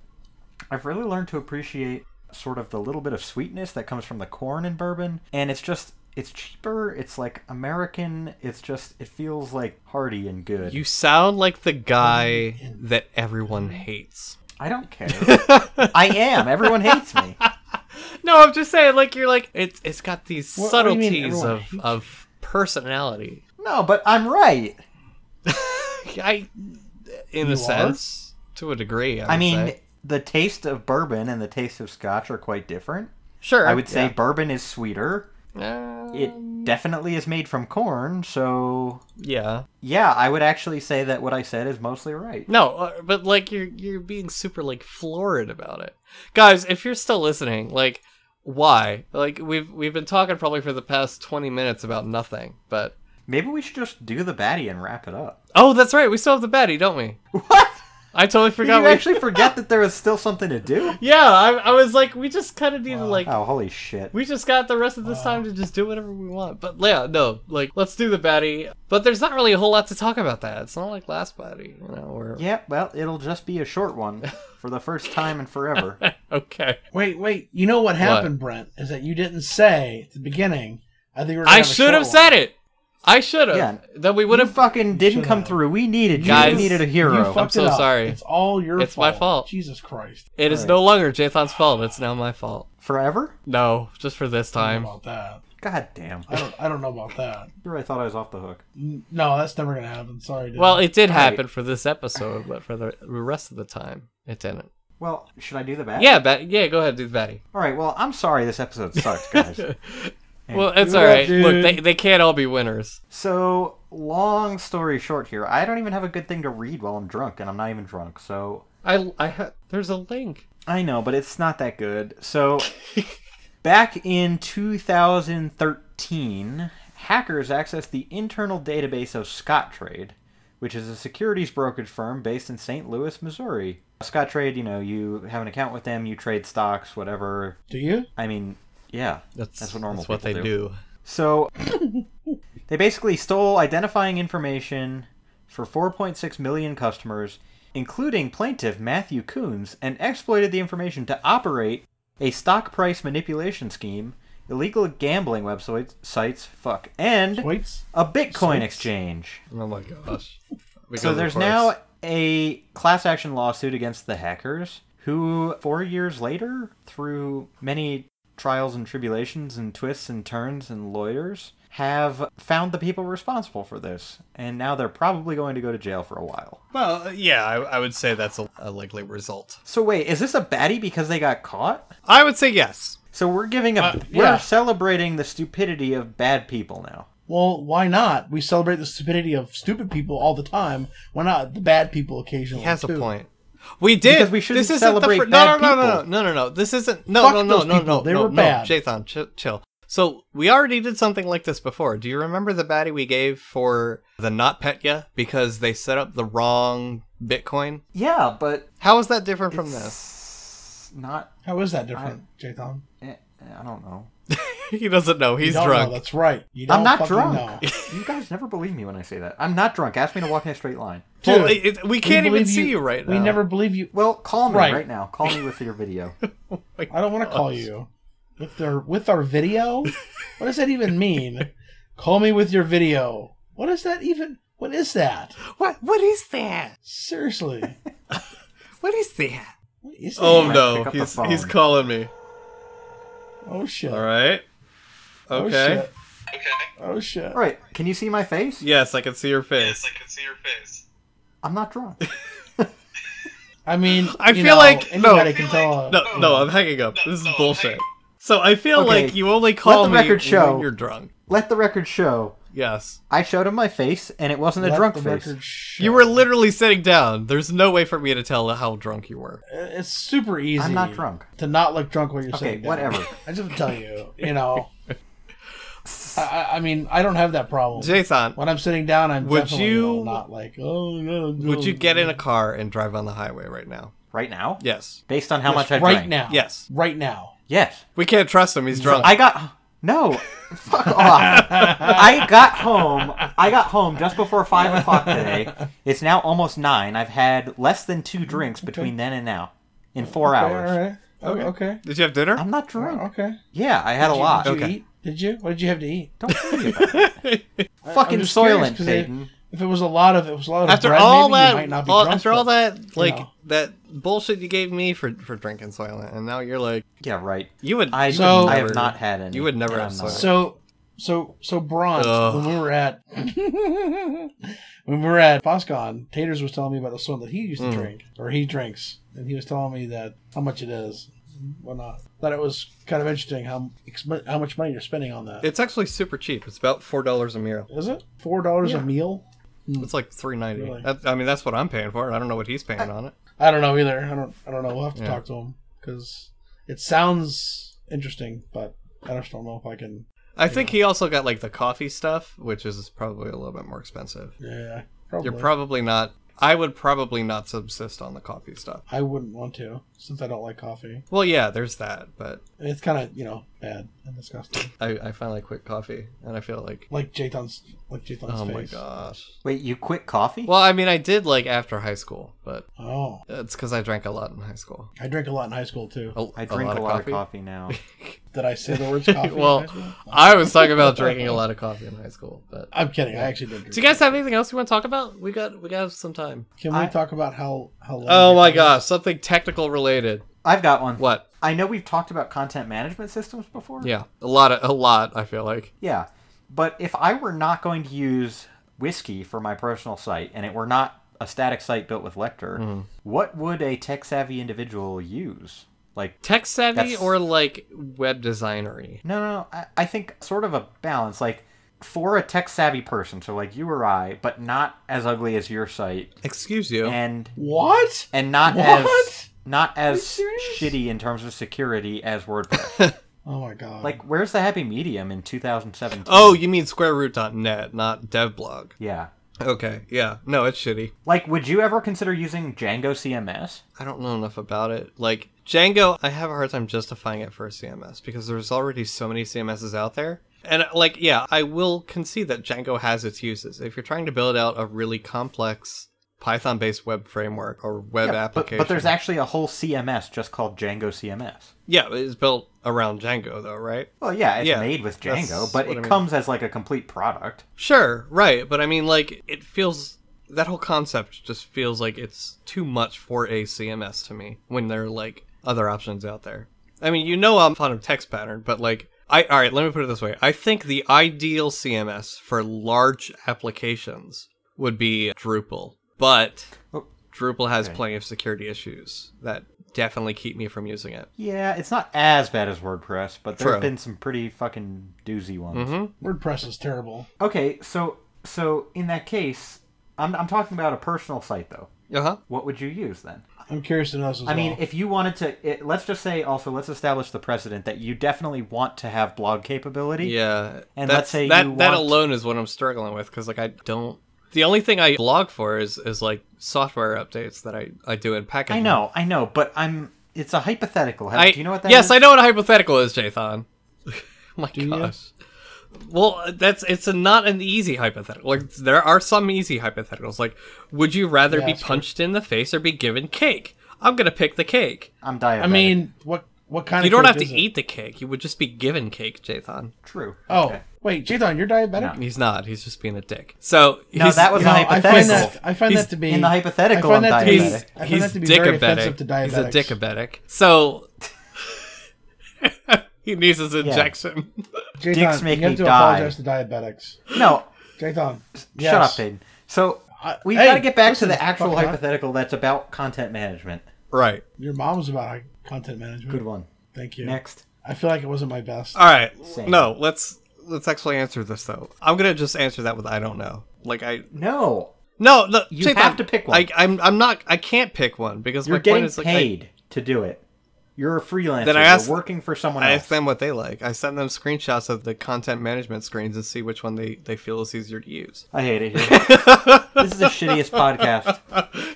[SPEAKER 2] I've really learned to appreciate sort of the little bit of sweetness that comes from the corn in bourbon, and it's just. It's cheaper. It's like American. It's just. It feels like hearty and good.
[SPEAKER 1] You sound like the
[SPEAKER 3] Oh,
[SPEAKER 1] guy that everyone hates.
[SPEAKER 2] I don't care. I am. Everyone hates me.
[SPEAKER 1] No, I'm just saying, like you're like it's it's got these
[SPEAKER 3] What- what do you mean
[SPEAKER 1] subtleties
[SPEAKER 3] everyone
[SPEAKER 1] of
[SPEAKER 3] hates
[SPEAKER 1] of personality.
[SPEAKER 2] No, but I'm right.
[SPEAKER 1] I, in
[SPEAKER 3] You
[SPEAKER 1] a
[SPEAKER 3] are?
[SPEAKER 1] sense, to a degree. I,
[SPEAKER 2] I
[SPEAKER 1] would
[SPEAKER 2] mean,
[SPEAKER 1] say.
[SPEAKER 2] the taste of bourbon and the taste of scotch are quite different.
[SPEAKER 1] sure.
[SPEAKER 2] I would say bourbon is sweeter.
[SPEAKER 1] yeah.
[SPEAKER 2] It definitely is made from corn, so
[SPEAKER 1] yeah.
[SPEAKER 2] yeah, I would actually say that what I said is mostly right.
[SPEAKER 1] No, uh, but like you're you're being super like florid about it, guys. If you're still listening, like why? Like we've we've been talking probably for the past twenty minutes about nothing. But
[SPEAKER 2] Maybe we should just do the baddie and wrap it up.
[SPEAKER 1] oh, that's right. We still have the baddie, don't we?
[SPEAKER 2] What?
[SPEAKER 1] I totally
[SPEAKER 2] Did
[SPEAKER 1] forgot.
[SPEAKER 2] you
[SPEAKER 1] we-
[SPEAKER 2] actually forget that there was still something to do?
[SPEAKER 1] Yeah, I, I was like, we just kind of need to
[SPEAKER 3] Wow.
[SPEAKER 1] like.
[SPEAKER 2] Oh, holy shit.
[SPEAKER 1] We just got the rest of this time to just do whatever we want. But yeah, no, like let's do the baddie. But there's not really a whole lot to talk about that. It's not like last baddie, you know. Or
[SPEAKER 2] Yeah, well, it'll just be a short one for the first time in forever.
[SPEAKER 1] okay,
[SPEAKER 3] Wait, wait. You know what happened, Brent? Is that you didn't say at the beginning. I think we we're.
[SPEAKER 1] I should have said it. I should have.
[SPEAKER 2] Yeah.
[SPEAKER 1] Then we would
[SPEAKER 2] What
[SPEAKER 1] have
[SPEAKER 2] if fucking didn't
[SPEAKER 3] should
[SPEAKER 2] come
[SPEAKER 3] have.
[SPEAKER 2] through? We needed you.
[SPEAKER 1] Guys,
[SPEAKER 2] we needed a hero.
[SPEAKER 1] fuck- so sorry.
[SPEAKER 3] It's all your.
[SPEAKER 1] It's
[SPEAKER 3] fault.
[SPEAKER 1] my fault.
[SPEAKER 3] Jesus Christ.
[SPEAKER 1] It is
[SPEAKER 2] Alright.
[SPEAKER 1] no longer Jathan's fault. It's now my fault.
[SPEAKER 2] forever?
[SPEAKER 1] No, just for this
[SPEAKER 3] I don't
[SPEAKER 1] time.
[SPEAKER 3] know about that.
[SPEAKER 2] God damn.
[SPEAKER 3] I don't. I don't know about that.
[SPEAKER 2] I thought I was off the hook.
[SPEAKER 3] N- No, that's never gonna happen. Sorry. Dude.
[SPEAKER 1] Well, it did
[SPEAKER 2] Alright.
[SPEAKER 1] happen for this episode, but for the rest of the time, it didn't.
[SPEAKER 2] Well, should I do the baddie?
[SPEAKER 1] Yeah, bat- yeah. Go ahead, do the baddie.
[SPEAKER 2] All right. Well, I'm sorry this episode sucked, guys.
[SPEAKER 1] Well, it's
[SPEAKER 3] Do it,
[SPEAKER 1] all right. Look,
[SPEAKER 3] dude.
[SPEAKER 1] they they can't all be winners.
[SPEAKER 2] so, long story short here, I don't even have a good thing to read while I'm drunk, and I'm not even drunk. So,
[SPEAKER 1] I I ha- there's a link.
[SPEAKER 2] I know, but it's not that good. So, back in 2013, hackers accessed the internal database of Scottrade, which is a securities brokerage firm based in St. Louis, Missouri. Scottrade, you know, you have an account with them, you trade stocks, whatever.
[SPEAKER 3] do you?
[SPEAKER 2] I mean, yeah.
[SPEAKER 1] That's
[SPEAKER 2] That's what normal
[SPEAKER 1] That's what
[SPEAKER 2] people
[SPEAKER 1] they
[SPEAKER 2] do.
[SPEAKER 1] do.
[SPEAKER 2] So they basically stole identifying information for 4.6 million customers, including plaintiff Matthew Coombs, and exploited the information to operate a stock price manipulation scheme, illegal gambling websites, sites, fuck, and
[SPEAKER 3] Wait.
[SPEAKER 2] a Bitcoin
[SPEAKER 3] Sites?
[SPEAKER 2] exchange.
[SPEAKER 1] Oh my gosh.
[SPEAKER 2] So there's now a class action lawsuit against the hackers, who four years later, through many trials and tribulations and twists and turns and lawyers, have found the people responsible for this, and now they're probably going to go to jail for a while.
[SPEAKER 1] Well, yeah, I, I would say that's a, a likely result.
[SPEAKER 2] So wait, is this a baddie because they got caught?
[SPEAKER 1] I would say yes.
[SPEAKER 2] So we're giving a
[SPEAKER 3] Uh, yeah.
[SPEAKER 2] we're celebrating the stupidity of bad people now.
[SPEAKER 3] Well, why not? We celebrate the stupidity of stupid people all the time. Why not the bad people occasionally?
[SPEAKER 1] He has a
[SPEAKER 3] too?
[SPEAKER 1] point. We did.
[SPEAKER 2] Because we shouldn't
[SPEAKER 1] this isn't
[SPEAKER 2] celebrate
[SPEAKER 1] the fir- no,
[SPEAKER 2] bad
[SPEAKER 1] no, no,
[SPEAKER 2] people.
[SPEAKER 1] no, no, no, no. This isn't. No,
[SPEAKER 3] Fuck
[SPEAKER 1] no, no,
[SPEAKER 3] those
[SPEAKER 1] no, no.
[SPEAKER 3] people. They
[SPEAKER 1] no,
[SPEAKER 3] were
[SPEAKER 1] no.
[SPEAKER 3] bad.
[SPEAKER 1] Jathan, chill, chill. So we already did something like this before. Do you remember the baddie we gave for the not Petya because they set up the wrong Bitcoin?
[SPEAKER 2] Yeah, but
[SPEAKER 1] How is that different from this?
[SPEAKER 2] it's not.
[SPEAKER 3] How is that different, Jathan?
[SPEAKER 2] eh, I don't know.
[SPEAKER 1] he doesn't know.
[SPEAKER 3] You
[SPEAKER 1] He's
[SPEAKER 3] don't know,
[SPEAKER 1] drunk.
[SPEAKER 3] that's right. You don't
[SPEAKER 2] I'm not
[SPEAKER 3] fucking
[SPEAKER 2] drunk.
[SPEAKER 3] know.
[SPEAKER 2] you guys never believe me when I say that. I'm not drunk. Ask me to walk in a straight line.
[SPEAKER 1] well,
[SPEAKER 3] Dude,
[SPEAKER 1] it, it- we can't even
[SPEAKER 3] believe
[SPEAKER 1] see you right now.
[SPEAKER 3] We never believe you.
[SPEAKER 2] Well, call me
[SPEAKER 3] Right.
[SPEAKER 2] right, now. Call me with your video.
[SPEAKER 3] I don't want to call you with their with our video. what does that even mean? call me with your video. What is that even? What is that?
[SPEAKER 1] What? What is that?
[SPEAKER 3] Seriously.
[SPEAKER 1] What is that?
[SPEAKER 3] What is
[SPEAKER 1] Oh
[SPEAKER 3] that?
[SPEAKER 1] no,
[SPEAKER 2] Pick up the
[SPEAKER 1] he's
[SPEAKER 2] phone.
[SPEAKER 1] he's calling me.
[SPEAKER 3] Oh shit.
[SPEAKER 1] All right.
[SPEAKER 3] Oh
[SPEAKER 1] Okay.
[SPEAKER 3] shit. Oh shit.
[SPEAKER 2] All right, can you see my face?
[SPEAKER 1] yes, I can see your face.
[SPEAKER 4] Yes, I can see your face.
[SPEAKER 2] I'm not drunk.
[SPEAKER 3] I mean,
[SPEAKER 1] I
[SPEAKER 3] you
[SPEAKER 1] feel
[SPEAKER 3] know,
[SPEAKER 1] like- no.
[SPEAKER 3] anybody can tell.
[SPEAKER 1] no, no, I'm hanging up.
[SPEAKER 4] No,
[SPEAKER 1] this is
[SPEAKER 4] Oh. no, I'm
[SPEAKER 1] bullshit.
[SPEAKER 4] hanging-
[SPEAKER 1] So I feel
[SPEAKER 2] Okay,
[SPEAKER 1] like you only call
[SPEAKER 2] the
[SPEAKER 1] me
[SPEAKER 2] record show-
[SPEAKER 1] when you're drunk.
[SPEAKER 2] Let the record show.
[SPEAKER 1] Yes.
[SPEAKER 2] I showed him my face, and it wasn't
[SPEAKER 3] Let
[SPEAKER 2] a drunk
[SPEAKER 3] the
[SPEAKER 2] face.
[SPEAKER 3] record show.
[SPEAKER 1] You were literally sitting down. There's no way for me to tell how drunk you were.
[SPEAKER 3] Uh, It's super easy.
[SPEAKER 2] I'm not drunk.
[SPEAKER 3] To not look drunk when you're
[SPEAKER 2] Okay,
[SPEAKER 3] sitting down.
[SPEAKER 2] whatever.
[SPEAKER 3] I just tell you, you know. I- I, I mean, I don't have that problem.
[SPEAKER 1] Jason,
[SPEAKER 3] when I'm sitting down, I'm
[SPEAKER 1] Would
[SPEAKER 3] definitely
[SPEAKER 1] you-
[SPEAKER 3] you know, not like, oh no.
[SPEAKER 1] would you get in a car and drive on the highway right now?
[SPEAKER 2] Right now?
[SPEAKER 1] Yes.
[SPEAKER 2] Based on how much I
[SPEAKER 3] right
[SPEAKER 2] drank.
[SPEAKER 3] now?
[SPEAKER 1] Yes.
[SPEAKER 3] right now.
[SPEAKER 2] Yes.
[SPEAKER 1] We can't trust him. He's drunk.
[SPEAKER 2] I got no. Fuck off. I got home. I got home just before five o'clock today. It's now almost nine. I've had less than two drinks between then and now, in four
[SPEAKER 3] Okay,
[SPEAKER 2] hours.
[SPEAKER 3] all right. Okay. Okay.
[SPEAKER 1] Did you have dinner?
[SPEAKER 2] I'm not drunk.
[SPEAKER 3] Okay.
[SPEAKER 2] Yeah, I had a lot.
[SPEAKER 3] Did you
[SPEAKER 1] Okay.
[SPEAKER 3] eat? Did you? What did you have to eat?
[SPEAKER 2] Don't worry about it. Fucking
[SPEAKER 3] just curious,
[SPEAKER 2] Soylent,
[SPEAKER 3] 'cause it-
[SPEAKER 2] Peyton.
[SPEAKER 3] If it was a lot of, it was a lot of
[SPEAKER 1] after
[SPEAKER 3] bread,
[SPEAKER 1] all
[SPEAKER 3] maybe, you might not
[SPEAKER 1] that,
[SPEAKER 3] be
[SPEAKER 1] all-
[SPEAKER 3] drunk,
[SPEAKER 1] after all
[SPEAKER 3] but-
[SPEAKER 1] that, like
[SPEAKER 3] know.
[SPEAKER 1] that bullshit you gave me for for drinking Soylent, and now you're like,
[SPEAKER 2] Yeah, right.
[SPEAKER 1] you would,
[SPEAKER 2] I,
[SPEAKER 1] you
[SPEAKER 3] So-
[SPEAKER 1] would
[SPEAKER 2] I have
[SPEAKER 1] never-
[SPEAKER 2] not had any.
[SPEAKER 1] You would never
[SPEAKER 2] and
[SPEAKER 1] have
[SPEAKER 2] I'm not.
[SPEAKER 1] Soylent.
[SPEAKER 3] So, so, so bronze.
[SPEAKER 1] Ugh.
[SPEAKER 3] When we were at when we were at Foscon, Taters was telling me about the soda that he used
[SPEAKER 1] Mm.
[SPEAKER 3] to drink, or he drinks, and he was telling me that how much it is, and whatnot. Thought it was kind of interesting how exp- how much money you're spending on that. Is
[SPEAKER 1] It's actually super cheap. It's about four dollars a meal.
[SPEAKER 3] it four dollars a
[SPEAKER 2] Yeah.
[SPEAKER 3] meal?
[SPEAKER 1] It's like three ninety.
[SPEAKER 3] Really?
[SPEAKER 1] I mean, that's what I'm paying for. it. I don't know what he's paying on it.
[SPEAKER 3] I don't know either. I don't. I don't know. We'll have to
[SPEAKER 1] Yeah.
[SPEAKER 3] talk to him because it sounds interesting, but I just don't know if I can.
[SPEAKER 1] I think he also got like the coffee stuff, which is probably a little bit more expensive.
[SPEAKER 3] Yeah, probably.
[SPEAKER 1] You're probably not. I would probably not subsist on the coffee stuff.
[SPEAKER 3] I wouldn't want to since I don't like coffee.
[SPEAKER 1] Well, yeah, there's that, but
[SPEAKER 3] And it's kind of you know bad and disgusting.
[SPEAKER 1] I, I finally quit coffee, and I feel like,
[SPEAKER 3] like Jathan's like Jathan's
[SPEAKER 1] oh
[SPEAKER 3] face.
[SPEAKER 1] my gosh.
[SPEAKER 2] Wait, you quit coffee?
[SPEAKER 1] Well, I mean, I did like after high school, but
[SPEAKER 3] Oh,
[SPEAKER 1] it's because I drank a lot in high school.
[SPEAKER 3] I drank a lot in high school too.
[SPEAKER 1] A,
[SPEAKER 2] I drink a lot, of, coffee. now.
[SPEAKER 3] Did I say the words coffee?
[SPEAKER 1] Well,
[SPEAKER 3] in high school?
[SPEAKER 1] I was talking about drinking a lot of coffee in high school, but
[SPEAKER 3] I'm kidding. I actually did.
[SPEAKER 1] do you guys have anything else you want to talk about? We got we got some time.
[SPEAKER 3] Can we
[SPEAKER 2] I-
[SPEAKER 3] talk about how how? long
[SPEAKER 1] Oh
[SPEAKER 3] Jathan
[SPEAKER 1] my
[SPEAKER 3] is?
[SPEAKER 1] gosh, something technical related.
[SPEAKER 2] I've got one.
[SPEAKER 1] What?
[SPEAKER 2] I know we've talked about content management systems before.
[SPEAKER 1] Yeah, a lot of a lot. I feel like
[SPEAKER 2] Yeah. But if I were not going to use whiskey for my personal site and it were not a static site built with Lecter, what would a tech savvy individual use? Like,
[SPEAKER 1] tech savvy
[SPEAKER 2] That's-
[SPEAKER 1] or like web designery.
[SPEAKER 2] no, no, no. I, I think sort of a balance. Like, for a tech savvy person, so like you or I, but not as ugly as your site
[SPEAKER 1] Excuse you.
[SPEAKER 2] and
[SPEAKER 3] What?
[SPEAKER 2] and not
[SPEAKER 3] What?
[SPEAKER 2] as not as
[SPEAKER 3] serious?
[SPEAKER 2] shitty in terms of security as WordPress.
[SPEAKER 3] Oh my god!
[SPEAKER 2] like, where's the happy medium in 2017?
[SPEAKER 1] Oh, you mean squareroot.net, not devblog.
[SPEAKER 2] yeah.
[SPEAKER 1] Okay, yeah. No, it's shitty.
[SPEAKER 2] Like, would you ever consider using Django CMS?
[SPEAKER 1] I don't know enough about it. Like Django, I have a hard time justifying it for a CMS because there's already so many CMSs out there. And uh, like, yeah, I will concede that Django has its uses. If you're trying to build out a really complex Python-based web framework or web
[SPEAKER 2] Yeah, but,
[SPEAKER 1] application,
[SPEAKER 2] but there's actually a whole CMS just called Django CMS.
[SPEAKER 1] yeah, it's built around Django though, right?
[SPEAKER 2] Well, yeah, it's
[SPEAKER 1] Yeah,
[SPEAKER 2] made with
[SPEAKER 1] that's
[SPEAKER 2] Django,
[SPEAKER 1] what
[SPEAKER 2] but
[SPEAKER 1] I
[SPEAKER 2] it
[SPEAKER 1] mean.
[SPEAKER 2] comes as like a complete product.
[SPEAKER 1] Sure, right. But I mean, like, it feels that whole concept just feels like it's too much for a CMS to me when there are like other options out there. I mean, you know, I'm fond of text pattern, but like, I all right, let me put it this way. I think the ideal CMS for large applications would be Drupal, but
[SPEAKER 2] Oh.
[SPEAKER 1] Drupal has
[SPEAKER 2] Okay.
[SPEAKER 1] plenty of security issues that definitely keep me from using it.
[SPEAKER 2] Yeah, it's not as bad as WordPress, but there
[SPEAKER 1] True.
[SPEAKER 2] have been some pretty fucking doozy ones.
[SPEAKER 1] Mhm.
[SPEAKER 3] WordPress is terrible.
[SPEAKER 2] Okay, so so in that case, I'm, I'm talking about a personal site though.
[SPEAKER 1] Uh huh.
[SPEAKER 2] What would you use then?
[SPEAKER 3] I'm curious to know this as
[SPEAKER 2] I mean,
[SPEAKER 3] well.
[SPEAKER 2] if you wanted to, it, let's just say also let's establish the precedent that you definitely want to have blog capability.
[SPEAKER 1] Yeah,
[SPEAKER 2] And
[SPEAKER 1] that's-
[SPEAKER 2] let's say
[SPEAKER 1] that
[SPEAKER 2] you
[SPEAKER 1] that
[SPEAKER 2] want-
[SPEAKER 1] alone is what I'm struggling with because like I don't. The only thing I blog for is is like software updates that I I do in packaging.
[SPEAKER 2] I know, I know, but I'm. It's a hypothetical. Have-
[SPEAKER 1] I
[SPEAKER 2] do you know what that
[SPEAKER 1] yes,
[SPEAKER 2] is?
[SPEAKER 1] I know what a hypothetical is, Jathan. my
[SPEAKER 3] Do you?
[SPEAKER 1] gosh. Well, that's it's a, not an easy hypothetical. Like there are some easy hypotheticals. Like, would you rather
[SPEAKER 3] Yeah,
[SPEAKER 1] be
[SPEAKER 3] that's true.
[SPEAKER 1] punched in the face or be given cake? I'm gonna pick the cake.
[SPEAKER 2] I'm diabetic.
[SPEAKER 3] I mean, what what kind
[SPEAKER 1] You
[SPEAKER 3] of
[SPEAKER 1] don't
[SPEAKER 3] cake
[SPEAKER 1] have to
[SPEAKER 3] is it?
[SPEAKER 1] eat the cake. You would just be given cake, Jathan.
[SPEAKER 2] true.
[SPEAKER 3] Oh,
[SPEAKER 2] Okay.
[SPEAKER 3] wait, Jathan, you're diabetic.
[SPEAKER 2] No.
[SPEAKER 1] He's not. He's just being a dick. So
[SPEAKER 2] No,
[SPEAKER 1] he's,
[SPEAKER 2] that was
[SPEAKER 3] You know,
[SPEAKER 2] a
[SPEAKER 3] I find
[SPEAKER 2] hypothetical.
[SPEAKER 3] that I find
[SPEAKER 1] He's-
[SPEAKER 3] that to be
[SPEAKER 2] in the hypothetical,
[SPEAKER 3] I find
[SPEAKER 2] I'm
[SPEAKER 3] that to be,
[SPEAKER 1] he's
[SPEAKER 2] diabetic.
[SPEAKER 3] I find
[SPEAKER 1] he's
[SPEAKER 3] that to be very offensive
[SPEAKER 1] dickabetic.
[SPEAKER 3] to
[SPEAKER 1] He's a
[SPEAKER 3] diabetics.
[SPEAKER 1] dickabetic. So he needs his injection.
[SPEAKER 3] Jathan,
[SPEAKER 2] Dicks make
[SPEAKER 3] you have
[SPEAKER 2] me
[SPEAKER 3] to
[SPEAKER 2] die.
[SPEAKER 3] apologize to diabetics.
[SPEAKER 2] No,
[SPEAKER 3] Jathan,
[SPEAKER 2] shut up,
[SPEAKER 3] yes.
[SPEAKER 2] Peyton. So
[SPEAKER 3] I-
[SPEAKER 2] we've
[SPEAKER 3] hey,
[SPEAKER 2] got to get back to
[SPEAKER 3] listen,
[SPEAKER 2] the actual
[SPEAKER 3] fuck it up.
[SPEAKER 2] hypothetical that's about content management.
[SPEAKER 1] Right.
[SPEAKER 3] Your mom's about content management.
[SPEAKER 2] Good one.
[SPEAKER 3] Thank you.
[SPEAKER 2] Next.
[SPEAKER 3] I feel like it wasn't my best.
[SPEAKER 1] All right.
[SPEAKER 2] Same.
[SPEAKER 1] No, let's let's actually answer this though. I'm gonna just answer that with I don't know. Like I
[SPEAKER 2] No,
[SPEAKER 1] no no.
[SPEAKER 2] You
[SPEAKER 1] Chetan,
[SPEAKER 2] have to pick one.
[SPEAKER 1] I, I'm I'm not. I can't pick one because
[SPEAKER 2] you're
[SPEAKER 1] my
[SPEAKER 2] getting
[SPEAKER 1] point is like I,
[SPEAKER 2] paid to do it. You're a freelancer.
[SPEAKER 1] Then I asked-
[SPEAKER 2] you're working for someone
[SPEAKER 1] I
[SPEAKER 2] else.
[SPEAKER 1] ask them what they like. I send them screenshots of the content management screens and see which one they they feel is easier to use.
[SPEAKER 2] I hate it here. this is the shittiest podcast.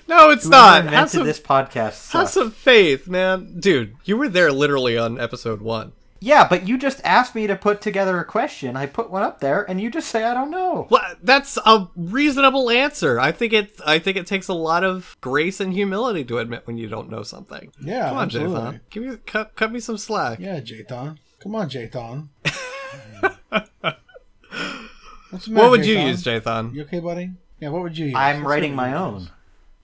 [SPEAKER 1] No, it's
[SPEAKER 2] Whoever
[SPEAKER 1] not. Have
[SPEAKER 2] invented
[SPEAKER 1] some,
[SPEAKER 2] this podcast
[SPEAKER 1] have
[SPEAKER 2] sucks.
[SPEAKER 1] some faith, man. Dude, you were there literally on episode one.
[SPEAKER 2] Yeah, but you just asked me to put together a question. I put one up there, and you just say I don't know.
[SPEAKER 1] Well, that's a reasonable answer. I think it. I think it takes a lot of grace and humility to admit when you don't know something.
[SPEAKER 3] Yeah,
[SPEAKER 1] come on,
[SPEAKER 3] absolutely.
[SPEAKER 1] Jathan. Give me cut, cut me some slack.
[SPEAKER 3] Yeah, Jathan. Come on, Jathan. What's the matter,
[SPEAKER 1] What would you
[SPEAKER 3] Jathan?
[SPEAKER 1] use, Jathan?
[SPEAKER 3] You okay, buddy? Yeah, what would you use?
[SPEAKER 2] I'm
[SPEAKER 3] Let's
[SPEAKER 2] writing
[SPEAKER 3] see
[SPEAKER 2] my
[SPEAKER 3] what you use.
[SPEAKER 2] own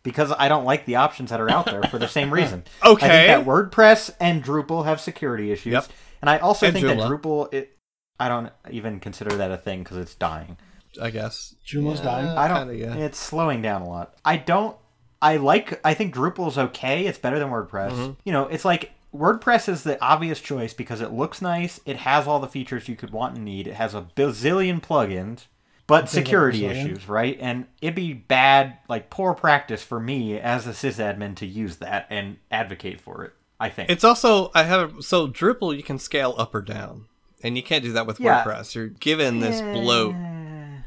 [SPEAKER 2] because I don't like the options that are out there for the same reason.
[SPEAKER 1] Okay.
[SPEAKER 2] I think that WordPress and Drupal have security issues,
[SPEAKER 1] Yep.
[SPEAKER 2] and I also
[SPEAKER 1] And
[SPEAKER 2] think that
[SPEAKER 1] Joomla.
[SPEAKER 2] Drupal. It, I don't even consider that a thing because it's dying.
[SPEAKER 1] I guess.
[SPEAKER 3] Jumo's dying.
[SPEAKER 2] I don't.
[SPEAKER 1] kinda, yeah.
[SPEAKER 2] It's slowing down a lot. I don't. I like. I think Drupal's okay. It's better than WordPress.
[SPEAKER 1] Mm-hmm.
[SPEAKER 2] You know, it's like WordPress is the obvious choice because it looks nice. It has all the features you could want and need. It has a bazillion plugins, but security
[SPEAKER 3] bazillion.
[SPEAKER 2] issues, right? And it'd be bad, like poor practice for me as a sysadmin to use that and advocate for it. I think.
[SPEAKER 1] It's also I have so Drupal. You can scale up or down, and you can't do that with
[SPEAKER 2] Yeah.
[SPEAKER 1] WordPress. You're given this bloat.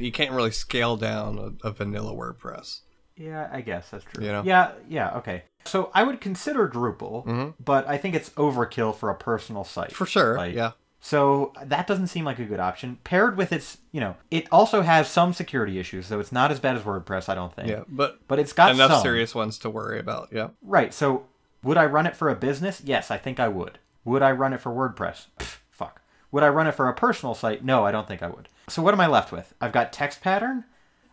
[SPEAKER 1] You can't really scale down a, a vanilla WordPress.
[SPEAKER 2] Yeah, I guess that's true.
[SPEAKER 1] You know?
[SPEAKER 2] Yeah, yeah, okay. So I would consider Drupal, but I think it's overkill for a personal site.
[SPEAKER 1] Mm-hmm. For sure,
[SPEAKER 2] Like,
[SPEAKER 1] yeah.
[SPEAKER 2] So that doesn't seem like a good option. Paired with its, you know, it also has some security issues, though it's not as bad as WordPress, I don't think.
[SPEAKER 1] Yeah, but
[SPEAKER 2] But it's got
[SPEAKER 1] enough
[SPEAKER 2] some.
[SPEAKER 1] serious ones to worry about. Yeah.
[SPEAKER 2] Right. So would I run it for a business? Yes, I think I would. Would I run it for WordPress? Pff, fuck. Would I run it for a personal site? No, I don't think I would. So what am I left with? I've got text pattern.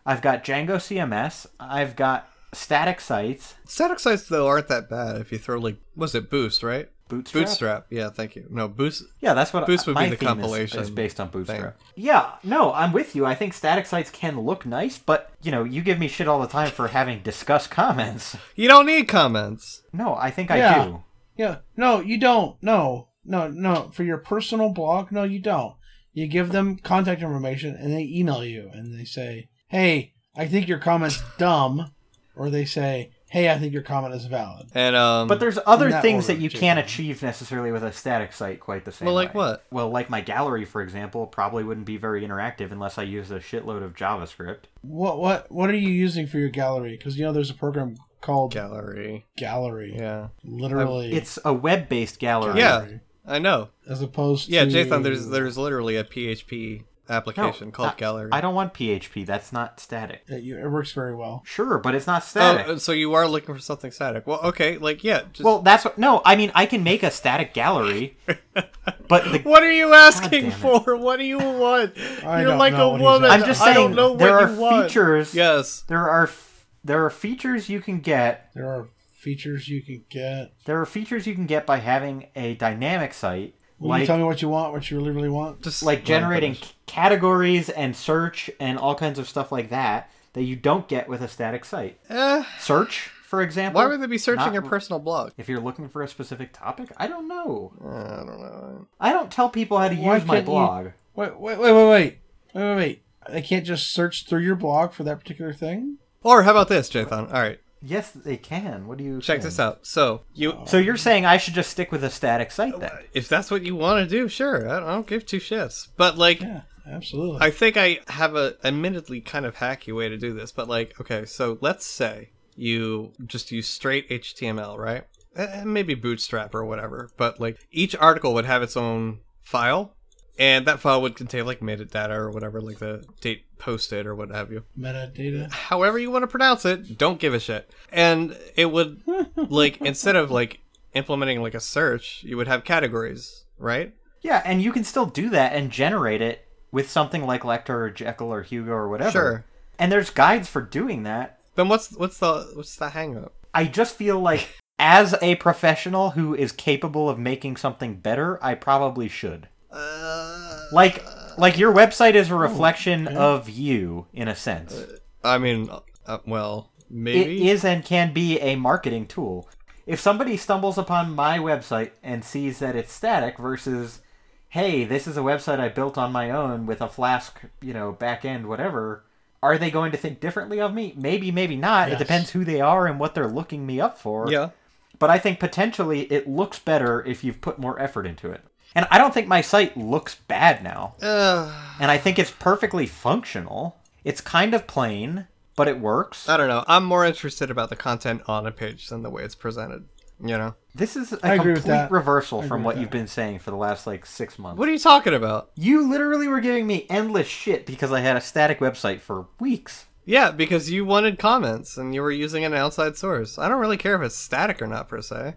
[SPEAKER 2] I've got Django CMS. I've got static sites.
[SPEAKER 1] Static sites though aren't that bad if you throw like was it Boost right?
[SPEAKER 2] Bootstrap?
[SPEAKER 1] Bootstrap. Yeah, thank you. No Boost.
[SPEAKER 2] Yeah, that's what
[SPEAKER 1] Boost would
[SPEAKER 2] my
[SPEAKER 1] be the
[SPEAKER 2] theme is-
[SPEAKER 1] compilation
[SPEAKER 2] Is, based on Bootstrap. Yeah, no, I'm with you. I think static sites can look nice, but you know, you give me shit all the time for having discussed comments.
[SPEAKER 1] You don't need comments.
[SPEAKER 2] No, I think I
[SPEAKER 3] Yeah.
[SPEAKER 2] do.
[SPEAKER 3] Yeah. No, you don't. No, no, no. For your personal blog, no, you don't. You give them contact information and they email you and they say, hey, I think your comment's dumb. Or they say, hey, I think your comment is valid.
[SPEAKER 1] And um.
[SPEAKER 2] But there's other
[SPEAKER 3] in that
[SPEAKER 2] things
[SPEAKER 3] order,
[SPEAKER 2] that you
[SPEAKER 3] Jason.
[SPEAKER 2] can't achieve necessarily with a static site quite the same.
[SPEAKER 1] Well, like
[SPEAKER 2] way.
[SPEAKER 1] what?
[SPEAKER 2] Well, like my gallery, for example, probably wouldn't be very interactive unless I used a shitload of JavaScript.
[SPEAKER 3] What what what are you using for your gallery? Because you know there's a program called
[SPEAKER 1] gallery.
[SPEAKER 3] Gallery.
[SPEAKER 1] Yeah.
[SPEAKER 3] Literally,
[SPEAKER 2] It's a web-based gallery.
[SPEAKER 1] Yeah. I know.
[SPEAKER 3] as opposed
[SPEAKER 1] Yeah,
[SPEAKER 3] to
[SPEAKER 1] Jathan. There's there's literally a PHP
[SPEAKER 2] Hmm. No,
[SPEAKER 1] application called
[SPEAKER 2] I-
[SPEAKER 1] Gallery.
[SPEAKER 2] I don't want PHP. That's not static.
[SPEAKER 3] It, you- it works very well.
[SPEAKER 2] Sure, but it's not static.
[SPEAKER 1] Oh, so you are looking for something static. Well, okay, like yeah. Just,
[SPEAKER 2] Well, that's what. No, I mean I can make a static gallery, but the,
[SPEAKER 1] what are you asking
[SPEAKER 2] damn it.
[SPEAKER 1] for? What do you want?
[SPEAKER 3] I
[SPEAKER 1] You're
[SPEAKER 3] don't
[SPEAKER 1] like
[SPEAKER 3] know
[SPEAKER 1] a
[SPEAKER 3] what he's
[SPEAKER 1] woman.
[SPEAKER 2] I'm just
[SPEAKER 1] I
[SPEAKER 2] saying
[SPEAKER 1] don't know what
[SPEAKER 2] there are
[SPEAKER 1] you want.
[SPEAKER 2] features.
[SPEAKER 1] Yes.
[SPEAKER 2] There are f- there are features you can get.
[SPEAKER 3] There are features you can get.
[SPEAKER 2] There are features you can get by having a dynamic site,
[SPEAKER 3] Will you
[SPEAKER 2] like
[SPEAKER 3] tell me what you want, what you really really want.
[SPEAKER 1] Just
[SPEAKER 2] like generating c- categories and search and all kinds of stuff like that that you don't get with a static site.
[SPEAKER 1] Eh,
[SPEAKER 2] Search, for example.
[SPEAKER 1] why would they be searching
[SPEAKER 2] Not-
[SPEAKER 1] your personal blog?
[SPEAKER 2] If you're looking for a specific topic, I don't know.
[SPEAKER 1] Uh, I don't know.
[SPEAKER 2] I don't tell people how to
[SPEAKER 3] Why
[SPEAKER 2] use my
[SPEAKER 3] can't you-
[SPEAKER 2] blog.
[SPEAKER 3] Wait wait wait wait wait wait wait. wait. They can't just search through your blog for that particular thing.
[SPEAKER 1] Or how about this, Jathan? All right,
[SPEAKER 2] Yes, they can. What do you
[SPEAKER 1] check
[SPEAKER 2] think?
[SPEAKER 1] this out. So you,
[SPEAKER 2] So you're saying I should just stick with a static site then?
[SPEAKER 1] if that's what you want to do, sure. I don't, I don't give two shits. But like,
[SPEAKER 3] Yeah, absolutely.
[SPEAKER 1] I think I have a admittedly kind of hacky way to do this. But like, okay, so let's say you just use straight HTML, right? Eh, Maybe Bootstrap or whatever. But like, each article would have its own file, and that file would contain like metadata or whatever, like the date posted or what have you.
[SPEAKER 3] Metadata.
[SPEAKER 1] However you want to pronounce it, don't give a shit. And it would like instead of like implementing like a search, you would have categories, right?
[SPEAKER 2] Yeah, and you can still do that and generate it with something like Lecter or Jekyll or Hugo or whatever.
[SPEAKER 1] Sure.
[SPEAKER 2] And there's guides for doing that.
[SPEAKER 1] Then what's what's the what's the hang up?
[SPEAKER 2] I just feel like as a professional who is capable of making something better, I probably should.
[SPEAKER 1] Uh,
[SPEAKER 2] Like like your website is a reflection of you in a sense.
[SPEAKER 1] I mean, uh, well,
[SPEAKER 2] it
[SPEAKER 1] maybe
[SPEAKER 2] is and can be a marketing tool. If somebody stumbles upon my website and sees that it's static versus, hey, this is a website I built on my own with a Flask, you know, back end, whatever, are they going to think differently of me? Maybe, maybe not. It
[SPEAKER 3] Yes.
[SPEAKER 2] depends who they are and what they're looking me up for.
[SPEAKER 1] yeah.
[SPEAKER 2] But I think potentially it looks better if you've put more effort into it. And I don't think my site looks bad now.
[SPEAKER 1] Uh,
[SPEAKER 2] And I think it's perfectly functional. It's kind of plain, but it works.
[SPEAKER 1] I don't know. I'm more interested about the content on a page than the way it's presented. You know,
[SPEAKER 2] This is a
[SPEAKER 3] I agree with
[SPEAKER 2] complete
[SPEAKER 3] that.
[SPEAKER 2] reversal
[SPEAKER 3] I
[SPEAKER 2] from
[SPEAKER 3] agree
[SPEAKER 2] what
[SPEAKER 3] with
[SPEAKER 2] you've been saying for the last like six months.
[SPEAKER 1] what are you talking about?
[SPEAKER 2] You literally were giving me endless shit because I had a static website for weeks.
[SPEAKER 1] Yeah, because you wanted comments and you were using an outside source. I don't really care if it's static or not per se.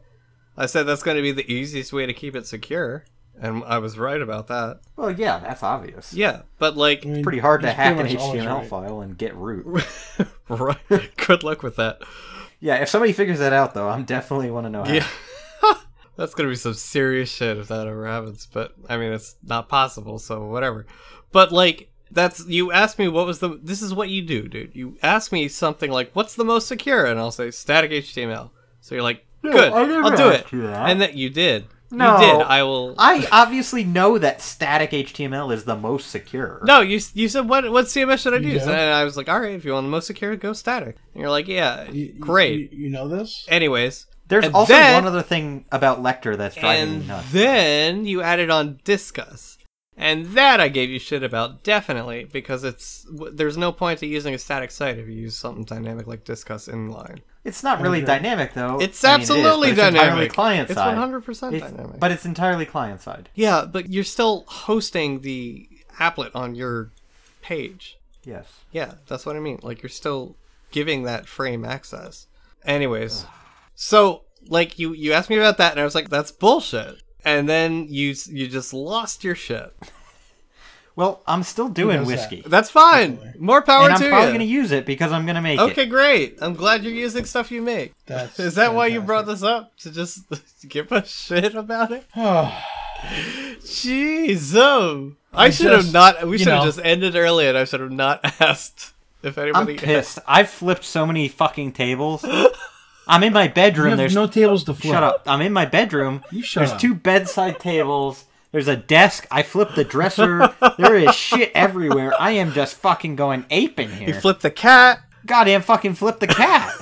[SPEAKER 1] I said that's going to be the easiest way to keep it secure, and I was right about that.
[SPEAKER 2] Well, yeah, that's obvious.
[SPEAKER 1] Yeah, but like,
[SPEAKER 3] I mean,
[SPEAKER 2] It's pretty hard to
[SPEAKER 3] he's
[SPEAKER 2] hack an
[SPEAKER 3] pretty much always
[SPEAKER 2] HTML
[SPEAKER 3] right.
[SPEAKER 2] file and get root.
[SPEAKER 1] right, good luck with that.
[SPEAKER 2] yeah, if somebody figures that out, though, I'm definitely want to know how.
[SPEAKER 1] Yeah. That's gonna be some serious shit if that ever happens, but I mean it's not possible, so whatever. But like that's you asked me what was the this is what you do, dude. You ask me something like what's the most secure and I'll say static HTML. So you're like, good,
[SPEAKER 2] I didn't
[SPEAKER 1] I'll do
[SPEAKER 2] ask
[SPEAKER 1] it.
[SPEAKER 2] you that.
[SPEAKER 1] And that you did.
[SPEAKER 2] No.
[SPEAKER 1] You did. I will
[SPEAKER 2] I obviously know that static HTML is the most secure.
[SPEAKER 1] No, you you said what what CMS should I use?
[SPEAKER 3] Yeah.
[SPEAKER 1] And I was like, all right, if you want the most secure, go static. And you're like, yeah,
[SPEAKER 3] You- you-
[SPEAKER 1] great.
[SPEAKER 3] You, you know this?
[SPEAKER 1] Anyways,
[SPEAKER 2] There's
[SPEAKER 1] And
[SPEAKER 2] also
[SPEAKER 1] then-
[SPEAKER 2] one other thing about Lecter that's driving me
[SPEAKER 1] and
[SPEAKER 2] nuts.
[SPEAKER 1] then you added on discuss and that i gave you shit about definitely because it's w- there's no point to using a static site if you use something dynamic like discuss inline
[SPEAKER 2] It's not really
[SPEAKER 3] agree.
[SPEAKER 2] dynamic, though.
[SPEAKER 1] it's
[SPEAKER 2] I mean, it is, but
[SPEAKER 1] absolutely
[SPEAKER 2] it's entirely
[SPEAKER 1] dynamic
[SPEAKER 2] client
[SPEAKER 1] it's
[SPEAKER 2] side.
[SPEAKER 1] 100%
[SPEAKER 2] It's-
[SPEAKER 1] dynamic
[SPEAKER 2] But it's entirely client side.
[SPEAKER 1] yeah but you're still hosting the applet on your page
[SPEAKER 2] Yes.
[SPEAKER 1] Yeah, that's what I mean. Like you're still giving that frame access. Anyways, so like you you asked me about that, and I was like, that's bullshit. And then you s- you just lost your shit.
[SPEAKER 2] Well, I'm still doing
[SPEAKER 3] does that?
[SPEAKER 2] whiskey.
[SPEAKER 1] That's fine. More power
[SPEAKER 2] And I'm
[SPEAKER 1] to
[SPEAKER 2] probably
[SPEAKER 1] you.
[SPEAKER 2] going to use it because I'm going to make
[SPEAKER 1] okay,
[SPEAKER 2] it.
[SPEAKER 1] great. I'm glad you're using stuff you make.
[SPEAKER 3] That's
[SPEAKER 1] Is that why you
[SPEAKER 3] fantastic.
[SPEAKER 1] brought this up to just give a shit about it?
[SPEAKER 3] Oh,
[SPEAKER 1] Jeez, oh, I
[SPEAKER 3] It's
[SPEAKER 1] should have
[SPEAKER 3] just,
[SPEAKER 1] not. We
[SPEAKER 3] you
[SPEAKER 1] should have
[SPEAKER 3] know.
[SPEAKER 1] just ended early, and I should have not asked if
[SPEAKER 2] I'm
[SPEAKER 1] anybody.
[SPEAKER 2] pissed. I've flipped so many fucking tables. I'm in my bedroom.
[SPEAKER 3] you have
[SPEAKER 2] There's
[SPEAKER 3] no tables to flip.
[SPEAKER 2] Shut up. I'm in my bedroom.
[SPEAKER 3] You shut
[SPEAKER 2] There's
[SPEAKER 3] up.
[SPEAKER 2] two bedside tables. There's a desk. I flipped the dresser. there is shit everywhere. I am just fucking going ape in
[SPEAKER 1] you
[SPEAKER 2] here.
[SPEAKER 1] flipped the cat.
[SPEAKER 2] Goddamn fucking flip the cat.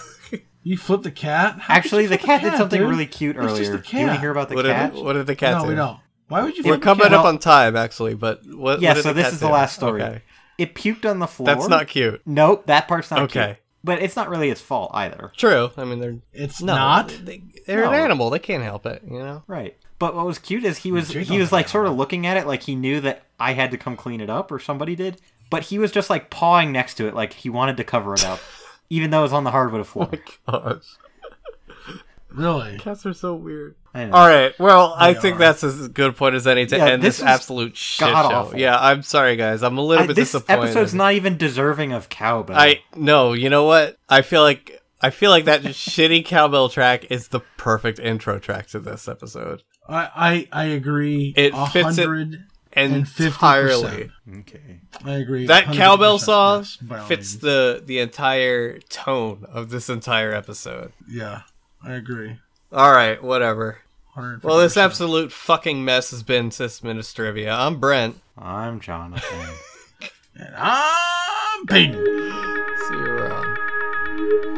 [SPEAKER 3] You flipped the cat? How could
[SPEAKER 2] Actually,
[SPEAKER 3] you
[SPEAKER 2] the
[SPEAKER 3] flip
[SPEAKER 2] cat, did something
[SPEAKER 3] dude?
[SPEAKER 2] really cute
[SPEAKER 3] It's just
[SPEAKER 2] earlier.
[SPEAKER 3] the
[SPEAKER 2] Do you want to
[SPEAKER 3] cat.
[SPEAKER 2] hear about the
[SPEAKER 1] What
[SPEAKER 2] cat?
[SPEAKER 1] did, what did the cat
[SPEAKER 3] No,
[SPEAKER 1] do?
[SPEAKER 3] we don't. Why would you
[SPEAKER 1] We're
[SPEAKER 3] flip the
[SPEAKER 1] coming
[SPEAKER 3] cat?
[SPEAKER 1] up on time, actually, but what?
[SPEAKER 2] Yeah,
[SPEAKER 1] what did
[SPEAKER 2] so
[SPEAKER 1] the
[SPEAKER 2] this
[SPEAKER 1] cat
[SPEAKER 2] is the
[SPEAKER 1] do?
[SPEAKER 2] last story.
[SPEAKER 1] Okay.
[SPEAKER 2] It puked on the floor.
[SPEAKER 1] That's not cute.
[SPEAKER 2] Nope, that part's not
[SPEAKER 1] Okay.
[SPEAKER 2] cute. But it's not really its fault either.
[SPEAKER 1] True. I mean, they're
[SPEAKER 3] It's
[SPEAKER 1] no,
[SPEAKER 3] not.
[SPEAKER 1] They, they're an
[SPEAKER 2] No.
[SPEAKER 1] animal. They can't help it. You know.
[SPEAKER 2] Right. But what was cute is he was
[SPEAKER 3] Jiggle
[SPEAKER 2] he was like
[SPEAKER 3] that.
[SPEAKER 2] sort of looking at it like he knew that I had to come clean it up or somebody did. But he was just like pawing next to it like he wanted to cover it up. even though it was on the hardwood floor.
[SPEAKER 1] Oh Gosh,
[SPEAKER 3] Really?
[SPEAKER 1] cats are so weird.
[SPEAKER 2] I know.
[SPEAKER 1] All right. Well, I
[SPEAKER 3] They
[SPEAKER 1] think
[SPEAKER 3] are.
[SPEAKER 1] that's as good a point as any to
[SPEAKER 2] Yeah,
[SPEAKER 1] end
[SPEAKER 2] this
[SPEAKER 1] this,
[SPEAKER 2] was
[SPEAKER 1] absolute shit show.
[SPEAKER 2] god-awful.
[SPEAKER 1] Yeah, I'm sorry, guys. I'm a little
[SPEAKER 2] I-
[SPEAKER 1] bit
[SPEAKER 2] this
[SPEAKER 1] disappointed.
[SPEAKER 2] episode's not even deserving of cowbell.
[SPEAKER 1] I no. You know what? I feel like I feel like that shitty cowbell track is the perfect intro track to this episode.
[SPEAKER 3] I, I, I agree.
[SPEAKER 1] It
[SPEAKER 3] a
[SPEAKER 1] fits it-
[SPEAKER 3] hundred.
[SPEAKER 1] And
[SPEAKER 3] 50%.
[SPEAKER 1] entirely.
[SPEAKER 2] okay.
[SPEAKER 3] I agree.
[SPEAKER 1] that
[SPEAKER 3] 100%.
[SPEAKER 1] cowbell song
[SPEAKER 3] Yes, by all
[SPEAKER 1] fits
[SPEAKER 3] means.
[SPEAKER 1] the the entire tone of this entire episode.
[SPEAKER 3] Yeah, I agree.
[SPEAKER 1] All right, whatever.
[SPEAKER 3] 150%.
[SPEAKER 1] Well, this absolute fucking mess has been Sis Ministerivia. I'm Brent.
[SPEAKER 2] I'm Jonathan.
[SPEAKER 3] And I'm Peyton.
[SPEAKER 1] See you around.